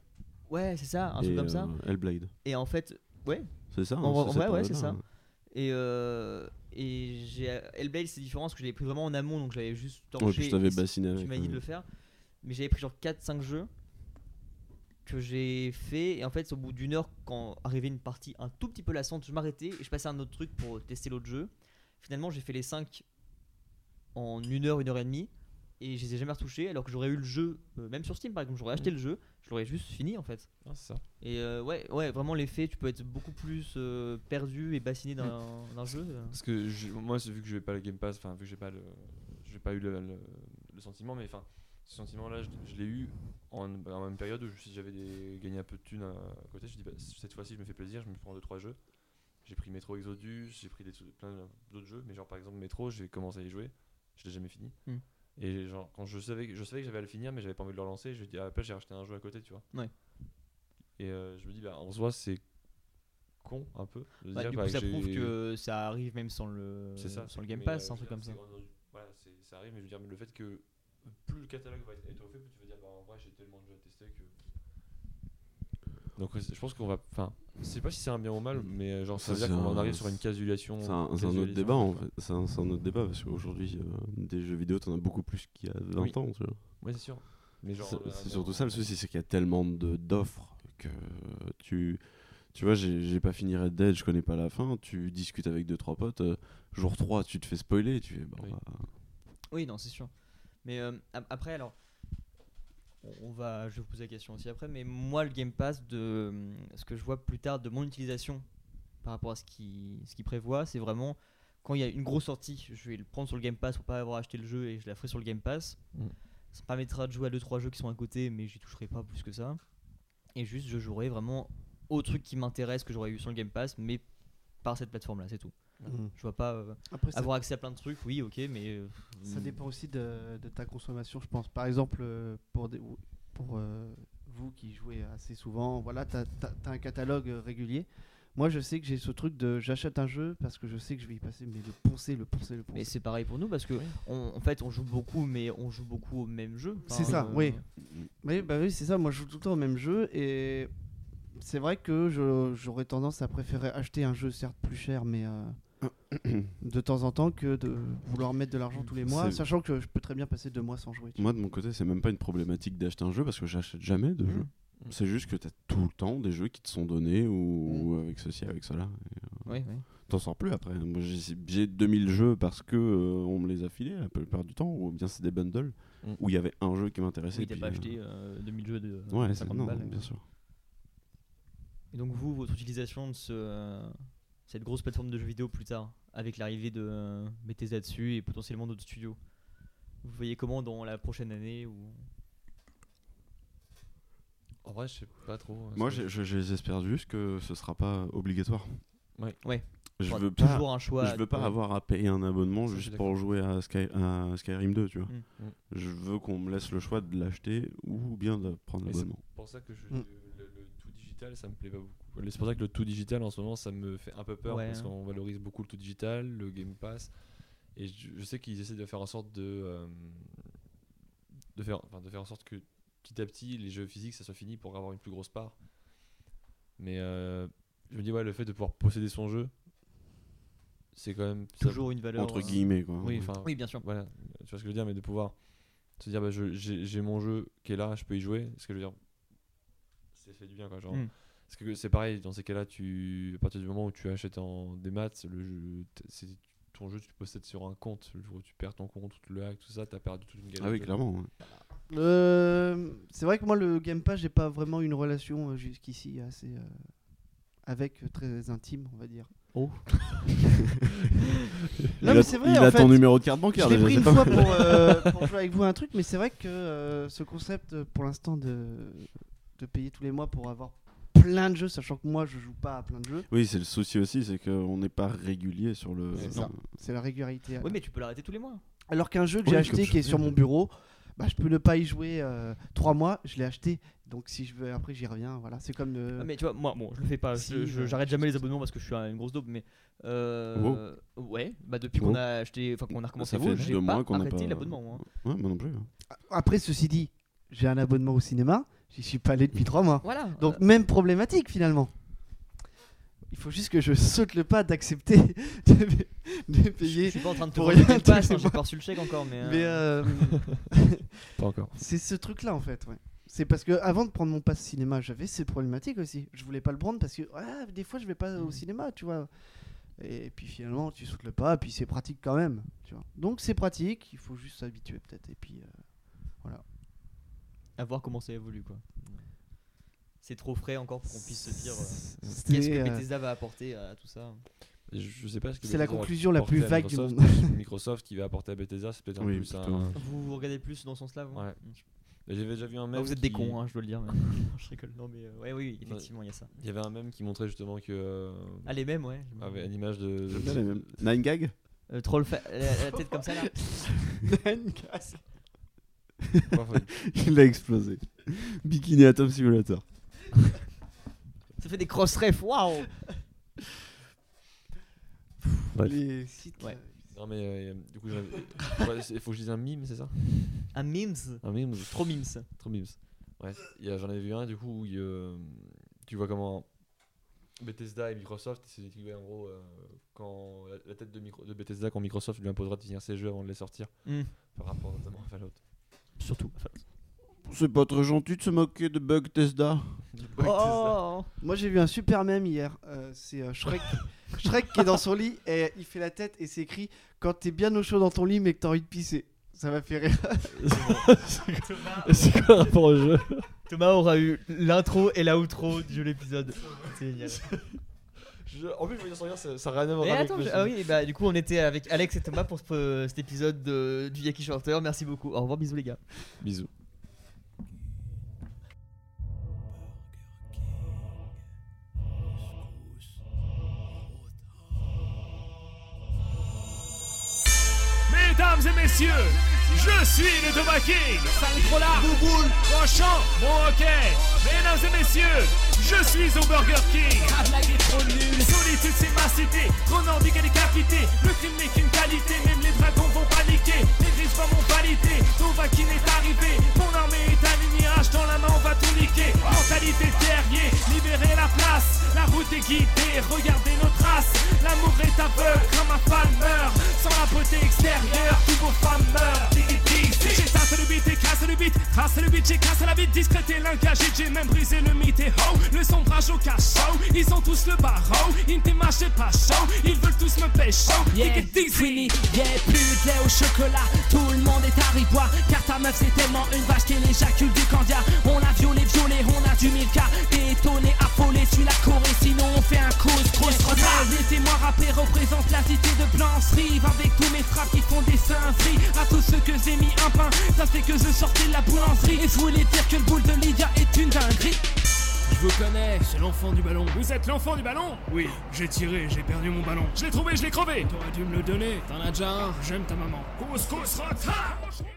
Speaker 1: Ouais c'est ça un
Speaker 2: et
Speaker 1: truc comme ça.
Speaker 2: euh, Hellblade.
Speaker 1: Et en fait
Speaker 2: C'est ça. hein,
Speaker 1: En
Speaker 2: c'est
Speaker 1: vrai-
Speaker 2: cette
Speaker 1: ouais, ouais, c'est
Speaker 2: période-là.
Speaker 1: Et, euh, et j'ai Hellblade, c'est différent parce que je l'avais pris vraiment en amont, donc j'avais juste
Speaker 2: Ouais,
Speaker 1: torché.
Speaker 2: puis je t'avais
Speaker 1: et si-
Speaker 2: bassiné
Speaker 5: Euh,
Speaker 2: avec.
Speaker 1: Tu m'as dit
Speaker 2: ouais.
Speaker 1: de le faire. Mais j'avais pris genre 4-5 jeux que j'ai fait. Et en fait, au bout d'une heure, quand arrivait une partie un tout petit peu lassante, je m'arrêtais et je passais à un autre truc pour tester l'autre jeu. Finalement, j'ai fait les 5 en une heure, une heure et demie. Et je les ai jamais retouchés alors que j'aurais eu le jeu, euh, même sur Steam par exemple, j'aurais acheté le jeu, je l'aurais juste fini en fait.
Speaker 5: Non, c'est ça.
Speaker 1: Et euh, ouais, ouais, vraiment l'effet, tu peux être beaucoup plus euh, perdu et bassiné d'un d'un jeu. euh.
Speaker 5: Parce que je- moi, c'est- vu que je n'ai pas le Game Pass, enfin, vu que j'ai pas le, j'ai pas eu le, le- le sentiment, mais enfin, ce sentiment-là, je, je l'ai eu en, bah, en même période où je- si j'avais des- gagné un peu de thunes à côté, je me dis, bah, cette fois-ci, je me fais plaisir, je me prends deux trois jeux. J'ai pris Metro Exodus, j'ai pris des, trucs- plein d'autres jeux, mais genre par exemple Metro, j'ai commencé à y jouer, je l'ai jamais fini.
Speaker 1: Hmm.
Speaker 5: Et genre quand je savais, que- je savais que j'avais à le finir, mais j'avais pas envie de le relancer, je dis ah, après j'ai racheté un jeu à côté, tu vois.
Speaker 1: Ouais.
Speaker 5: Et euh, je me dis bah en soi c'est con un peu. de
Speaker 1: Bah,
Speaker 5: dire,
Speaker 1: du
Speaker 5: bah,
Speaker 1: coup, ça
Speaker 5: j'ai-
Speaker 1: prouve que ça arrive même sans le,
Speaker 5: c'est ça,
Speaker 1: sans
Speaker 5: c'est-
Speaker 1: le Game
Speaker 5: mais,
Speaker 1: Pass,
Speaker 5: euh,
Speaker 1: un truc
Speaker 5: je veux
Speaker 1: comme
Speaker 5: dire,
Speaker 1: ça.
Speaker 5: c'est grand- Voilà, c'est- ça arrive, mais je veux dire, mais le fait que plus le catalogue va être étoffé, plus tu vas dire, bah en vrai, j'ai tellement de jeux à tester que. Donc, ouais, c'est- je pense qu'on va. Enfin, je sais pas si c'est un bien ou mal, mais euh, genre, ça veut
Speaker 2: Ça,
Speaker 5: dire qu'on
Speaker 2: c'est
Speaker 5: en
Speaker 2: un-
Speaker 5: arrive sur une casulation.
Speaker 2: euh, C'est un, c'est un autre débat en fait. C'est un, c'est un autre débat parce qu'aujourd'hui, euh, des jeux vidéo, t'en as beaucoup plus qu'il y a 20
Speaker 5: Oui.
Speaker 2: ans. tu vois.
Speaker 5: Oui, c'est sûr. Mais genre,
Speaker 2: C'est-
Speaker 5: euh,
Speaker 2: c'est
Speaker 5: dans-
Speaker 2: surtout ça le souci, c'est qu'il y a tellement de- d'offres que tu. Tu vois, j'ai j'ai pas fini Red Dead, je connais pas la fin. Tu discutes avec deux trois potes. euh, jour 3, tu te fais spoiler. Tu fais, bah,
Speaker 5: Oui.
Speaker 2: bah,
Speaker 1: Oui, non, c'est sûr. Mais euh, ap- après, alors, on- on va, je vais vous poser la question aussi après, mais moi, le Game Pass, de euh, ce que je vois plus tard de mon utilisation par rapport à ce qu'il ce qui prévoit, c'est vraiment quand il y a une grosse sortie, je vais le prendre sur le Game Pass pour pas avoir acheté le jeu et je la ferai sur le Game Pass.
Speaker 5: Mm.
Speaker 1: Ça me permettra de jouer à 2-3 jeux qui sont à côté, mais j'y toucherai pas plus que ça. Et juste, je jouerai vraiment au truc qui m'intéresse que j'aurais eu sur le Game Pass, mais par cette plateforme là, c'est tout.
Speaker 3: Mhm.
Speaker 1: Je vois pas euh,
Speaker 3: Après, ça,
Speaker 1: avoir accès à plein de trucs, oui, ok, mais euh,
Speaker 3: ça dépend aussi de, de ta consommation, je pense. Par exemple, euh, pour, des- pour euh, vous qui jouez assez souvent, voilà, t'as as, un catalogue euh, régulier. Moi, je sais que j'ai ce truc de j'achète un jeu parce que je sais que je vais y passer, mais le poncer, le poncer, le poncer.
Speaker 1: Mais c'est pareil pour nous parce que
Speaker 5: Oui.
Speaker 1: on- en fait on joue beaucoup mais on joue beaucoup au même jeu. euh,
Speaker 3: C'est ça, oui. Oui, bah oui, c'est ça. Moi, je joue tout le temps au même jeu et c'est vrai que je- j'aurais tendance à préférer acheter un jeu certes plus cher, mais euh, de temps en temps que de vouloir mettre de l'argent tous les mois,
Speaker 2: C'est-
Speaker 3: sachant que je peux très bien passer deux mois sans jouer. tu
Speaker 2: Moi,
Speaker 3: vois.
Speaker 2: de mon côté, c'est même pas une problématique d'acheter un jeu parce que j'achète jamais
Speaker 1: Mmh.
Speaker 2: de jeux.
Speaker 5: Mm.
Speaker 2: C'est juste que t'as tout le temps des jeux qui te sont donnés ou, ou
Speaker 1: Mmh.
Speaker 2: avec ceci, avec cela. Et
Speaker 1: Oui, oui.
Speaker 2: T'en sors plus après. hein. Moi, j'ai j'ai 2000 jeux parce que euh, on me les a filés la plupart du temps ou bien c'est des bundles
Speaker 5: Mm.
Speaker 2: où il y avait un jeu qui m'intéressait.
Speaker 1: Mmh. Oui,
Speaker 2: et
Speaker 1: t'as
Speaker 2: puis,
Speaker 1: pas
Speaker 2: euh,
Speaker 1: acheté euh, 2000 jeux de euh,
Speaker 2: Ouais, c'est
Speaker 1: 50
Speaker 2: non,
Speaker 1: balles.
Speaker 2: bien sûr.
Speaker 1: Et donc vous, votre utilisation de ce, euh, cette grosse plateforme de jeux vidéo plus tard, avec l'arrivée de euh, Bethesda dessus et potentiellement d'autres studios, vous voyez comment dans la prochaine année ou
Speaker 5: En vrai, je sais pas trop. hein,
Speaker 2: Moi, j'ai- je- je- j'espère juste que ce sera pas obligatoire.
Speaker 5: Ouais.
Speaker 1: Ouais.
Speaker 2: Je
Speaker 1: Faudra
Speaker 2: veux pas.
Speaker 1: toujours un choix
Speaker 2: Je veux pas
Speaker 1: Ouais.
Speaker 2: avoir à payer un abonnement
Speaker 5: Ça, je suis
Speaker 2: juste pour jouer à, Sky- à Skyrim 2, tu vois.
Speaker 3: Mmh,
Speaker 5: Mm. Mm.
Speaker 2: Je veux qu'on me laisse le choix de l'acheter ou bien de prendre
Speaker 5: Et c'est-
Speaker 2: l'abonnement.
Speaker 5: C'est pour ça que je-
Speaker 3: Mm.
Speaker 5: le, le tout digital, ça me plaît pas beaucoup. C'est pour ça que le tout digital en ce moment, ça me fait un peu peur
Speaker 1: Ouais,
Speaker 5: parce
Speaker 1: hein.
Speaker 5: qu'on valorise beaucoup le tout digital, le Game Pass. Et je, je sais qu'ils essaient de faire en sorte de, euh, de, faire, enfin, de faire en sorte que petit à petit, les jeux physiques, ça soit fini pour avoir une plus grosse part. Mais euh, je me dis, ouais, le fait de pouvoir posséder son jeu, c'est quand même. ça-
Speaker 1: toujours une valeur
Speaker 2: Entre
Speaker 1: euh,
Speaker 2: guillemets, quoi. Ah
Speaker 5: Oui, enfin,
Speaker 1: Oui, bien sûr.
Speaker 5: voilà, tu vois ce que je veux dire, mais de pouvoir se dire, bah, je- j'ai j'ai mon jeu qui est là, je peux y jouer. Ce que je veux dire, c'est fait du bien, quoi. Genre,
Speaker 1: Mm.
Speaker 5: parce que c'est pareil, dans ces cas-là, tu, à partir du moment où tu achètes en démat, le jeu, t- c'est ton jeu, tu le possèdes sur un compte. Le jour où tu perds ton compte, tu le hack, tout ça, t'as perdu toute une galère.
Speaker 2: Ah oui,
Speaker 5: de-
Speaker 2: clairement. ouais.
Speaker 3: Euh, c'est vrai que moi, le Game Pass, j'ai pas vraiment une relation euh, jusqu'ici assez. euh, avec euh, très intime, on va dire.
Speaker 1: Oh.
Speaker 3: non,
Speaker 2: il
Speaker 3: mais
Speaker 2: a,
Speaker 3: c'est vrai.
Speaker 2: il
Speaker 3: en
Speaker 2: a
Speaker 3: fait.
Speaker 2: ton numéro de carte
Speaker 3: Je
Speaker 2: bancaire
Speaker 3: l'ai
Speaker 2: déjà.
Speaker 3: pris
Speaker 2: c'est
Speaker 3: une
Speaker 2: pas
Speaker 3: fois
Speaker 2: mal.
Speaker 3: pour, euh, pour jouer avec vous à un truc, mais c'est vrai que euh, ce concept, euh, pour l'instant, de, de payer tous les mois pour avoir plein de jeux, sachant que moi, je joue pas à plein de jeux,
Speaker 2: Oui, c'est le souci aussi, c'est qu'on n'est pas régulier sur le.
Speaker 3: C'est ça. c'est la régularité.
Speaker 1: Oui, mais tu peux l'arrêter tous les mois.
Speaker 3: Alors qu'un jeu que
Speaker 2: Oui,
Speaker 3: j'ai
Speaker 2: comme
Speaker 3: acheté,
Speaker 2: je
Speaker 3: qui est
Speaker 2: fais,
Speaker 3: sur
Speaker 2: mais-
Speaker 3: mon bureau, bah, je peux ne pas y jouer euh, trois mois, je l'ai acheté. Donc si je veux, après, j'y reviens. Voilà, c'est comme. le-
Speaker 1: Ah, mais tu vois, moi, bon, je le fais pas. je-
Speaker 3: Euh, Si, euh,
Speaker 1: je-
Speaker 3: ouais.
Speaker 1: J'arrête jamais les abonnements parce que je suis un- une grosse daube, mais. euh, Ouais, bah depuis qu'on
Speaker 2: Wow.
Speaker 1: a acheté, enfin qu'on a recommencé
Speaker 2: Ça
Speaker 1: à jouer,
Speaker 2: fait
Speaker 1: j'ai
Speaker 2: deux mois
Speaker 1: pas
Speaker 2: qu'on n'a
Speaker 1: arrêté
Speaker 2: pas.
Speaker 1: l'abonnement. moi.
Speaker 2: Ouais, moi non plus. hein.
Speaker 3: Après, ceci dit, j'ai un abonnement au cinéma, j'y suis pas allé depuis trois mois.
Speaker 1: Voilà. Euh,
Speaker 3: Donc même problématique finalement. Il faut juste que je saute le pas d'accepter de, de
Speaker 1: je, je
Speaker 3: payer.
Speaker 1: suis pas en train de te
Speaker 3: pour
Speaker 1: voler le
Speaker 3: rien
Speaker 1: Game Pass,
Speaker 3: tous les
Speaker 1: hein, j'ai pas reçu le chèque encore, mais. euh,
Speaker 3: Mais euh,
Speaker 5: Pas encore.
Speaker 3: c'est ce truc-là en fait. Ouais. C'est parce que avant de prendre mon pass cinéma, j'avais ces problématiques aussi. Je voulais pas le prendre parce que ah, des fois je vais pas au cinéma, tu vois. Et puis finalement tu sautes le pas, puis c'est pratique quand même. Tu vois. Donc c'est pratique, il faut juste s'habituer peut-être. Et puis euh,
Speaker 1: à voir comment ça évolue, quoi. C'est trop frais encore pour qu'on puisse se dire. euh,
Speaker 3: c'était,
Speaker 1: Qu'est-ce que
Speaker 3: euh,
Speaker 1: Bethesda va apporter à tout ça
Speaker 5: Je, je sais pas ce que
Speaker 3: c'est la
Speaker 5: Bethesda va
Speaker 3: conclusion la
Speaker 5: apporter
Speaker 3: plus
Speaker 5: à
Speaker 3: vague du
Speaker 5: Microsoft.
Speaker 3: monde.
Speaker 5: Microsoft qui va apporter à Bethesda, c'est peut-être un
Speaker 2: Oui,
Speaker 5: plus. un-
Speaker 2: plutôt.
Speaker 1: vous, vous regardez plus dans ce sens-là vous
Speaker 5: Ouais.
Speaker 1: Mm.
Speaker 5: J'avais déjà vu un
Speaker 1: Ah,
Speaker 5: mec.
Speaker 1: Vous êtes des cons, hein, je dois le dire. mais- je rigole. Non, mais euh, ouais, oui, oui, effectivement, il y a ça.
Speaker 5: Il y avait un meme qui montrait justement que. euh,
Speaker 1: Ah, les mêmes, ouais.
Speaker 5: avec une image de.
Speaker 2: J'aime bien les mêmes. Nine gag
Speaker 1: Euh, troll fa- la, la tête comme ça, là.
Speaker 3: Ben,
Speaker 5: Parfois,
Speaker 2: Il a explosé. Bikini Atom Simulator.
Speaker 1: Ça fait des cross-refs, waouh
Speaker 5: Bref.
Speaker 3: Les sites,
Speaker 1: Ouais.
Speaker 3: là,
Speaker 5: Non mais euh, du coup, il faut que je dise un mime, c'est ça
Speaker 1: Un memes
Speaker 5: Un mime
Speaker 1: Trop memes.
Speaker 5: Trop mimes. Ouais, il y a- j'en avais vu un du coup où il, euh, tu vois comment Bethesda et Microsoft, c'est ouais, en gros euh, quand la, la tête de, micro, de Bethesda quand Microsoft lui imposera de finir ses jeux avant de les sortir,
Speaker 1: Mm.
Speaker 5: par rapport notamment à Fallout.
Speaker 1: Surtout.
Speaker 2: C'est pas très gentil de se moquer de Bug Tesla.
Speaker 5: Du coup, Bethesda-
Speaker 1: Oh
Speaker 3: Moi j'ai vu un super mème hier, Euh, c'est euh, Shrek. Shrek qui est dans son lit et il fait la tête et s'écrit quand t'es bien au chaud dans ton lit mais que t'as envie de pisser. Ça m'a fait rire.
Speaker 5: c'est quoi le rapport au jeu
Speaker 1: Thomas aura eu l'intro et l'outro du l'épisode. C'est génial.
Speaker 5: Je- En plus, je veux dire sans rire, ça, ça a rien à voir
Speaker 1: Et
Speaker 5: avec
Speaker 1: attends,
Speaker 5: le
Speaker 1: je-
Speaker 5: sujet.
Speaker 1: ah oui, bah du coup on était avec Alex et Thomas pour ce- euh, cet épisode de- du Yaki Shorter. Merci beaucoup. Au revoir, bisous les gars.
Speaker 2: Bisous.
Speaker 8: Mesdames et messieurs, je suis le Thomas King. Saint-Nicolas, Bouboule, Rochon, mon hockey. Mesdames et messieurs, je suis au Burger King. La blague est trop nulle. Solitude, c'est ma cité. Ronan Big est décapité. Le crime n'est qu'une qualité. Même les dragons vont paniquer. Les grises vont valider. Novakin est arrivé. Mon armée est alignée. H dans la main, on va tout niquer. Mentalité de guerrier. Libérer la place. La route est guidée. Regardez nos traces. L'amour est aveugle. Comme un palmeur. Sans la beauté extérieure, tous vos femmes meurent. Digi, digi, digi. J'ai tassé le beat, écrasé le beat, tracé le beat, j'ai cassé la bite, discrété l'engagé, j'ai même brisé le mythe. Et oh, le sombrage au cachot, ils ont tous le barreau, ils ne démarchaient pas chaud, ils veulent tous me pécho.
Speaker 9: Yeah,
Speaker 8: Digi, digi.
Speaker 9: Sweeney, yeah, plus de lait au chocolat. Tout le monde est haribois, car ta meuf c'est tellement une vache qu'elle éjacule du candia. On a violé, violé, on a du milka. T'es étonné, affolé, suis la Corée, sinon on fait un cause, grosse retard. Les témoins rappés représentent la cité de Blanche-Rive. Avec tous mes frappes qui font des singeries. À tous ceux que j'ai mis un pain, ça fait que je sortais de la boulangerie. Et je voulais dire que le boule de Lydia est une dinguerie.
Speaker 8: Je vous connais, c'est l'enfant du ballon. Vous êtes l'enfant du ballon Oui, j'ai tiré, j'ai perdu mon ballon. Je l'ai trouvé, je l'ai crevé. T'aurais dû me le donner. T'en as déjà un, j'aime ta maman. Cous, cous, rota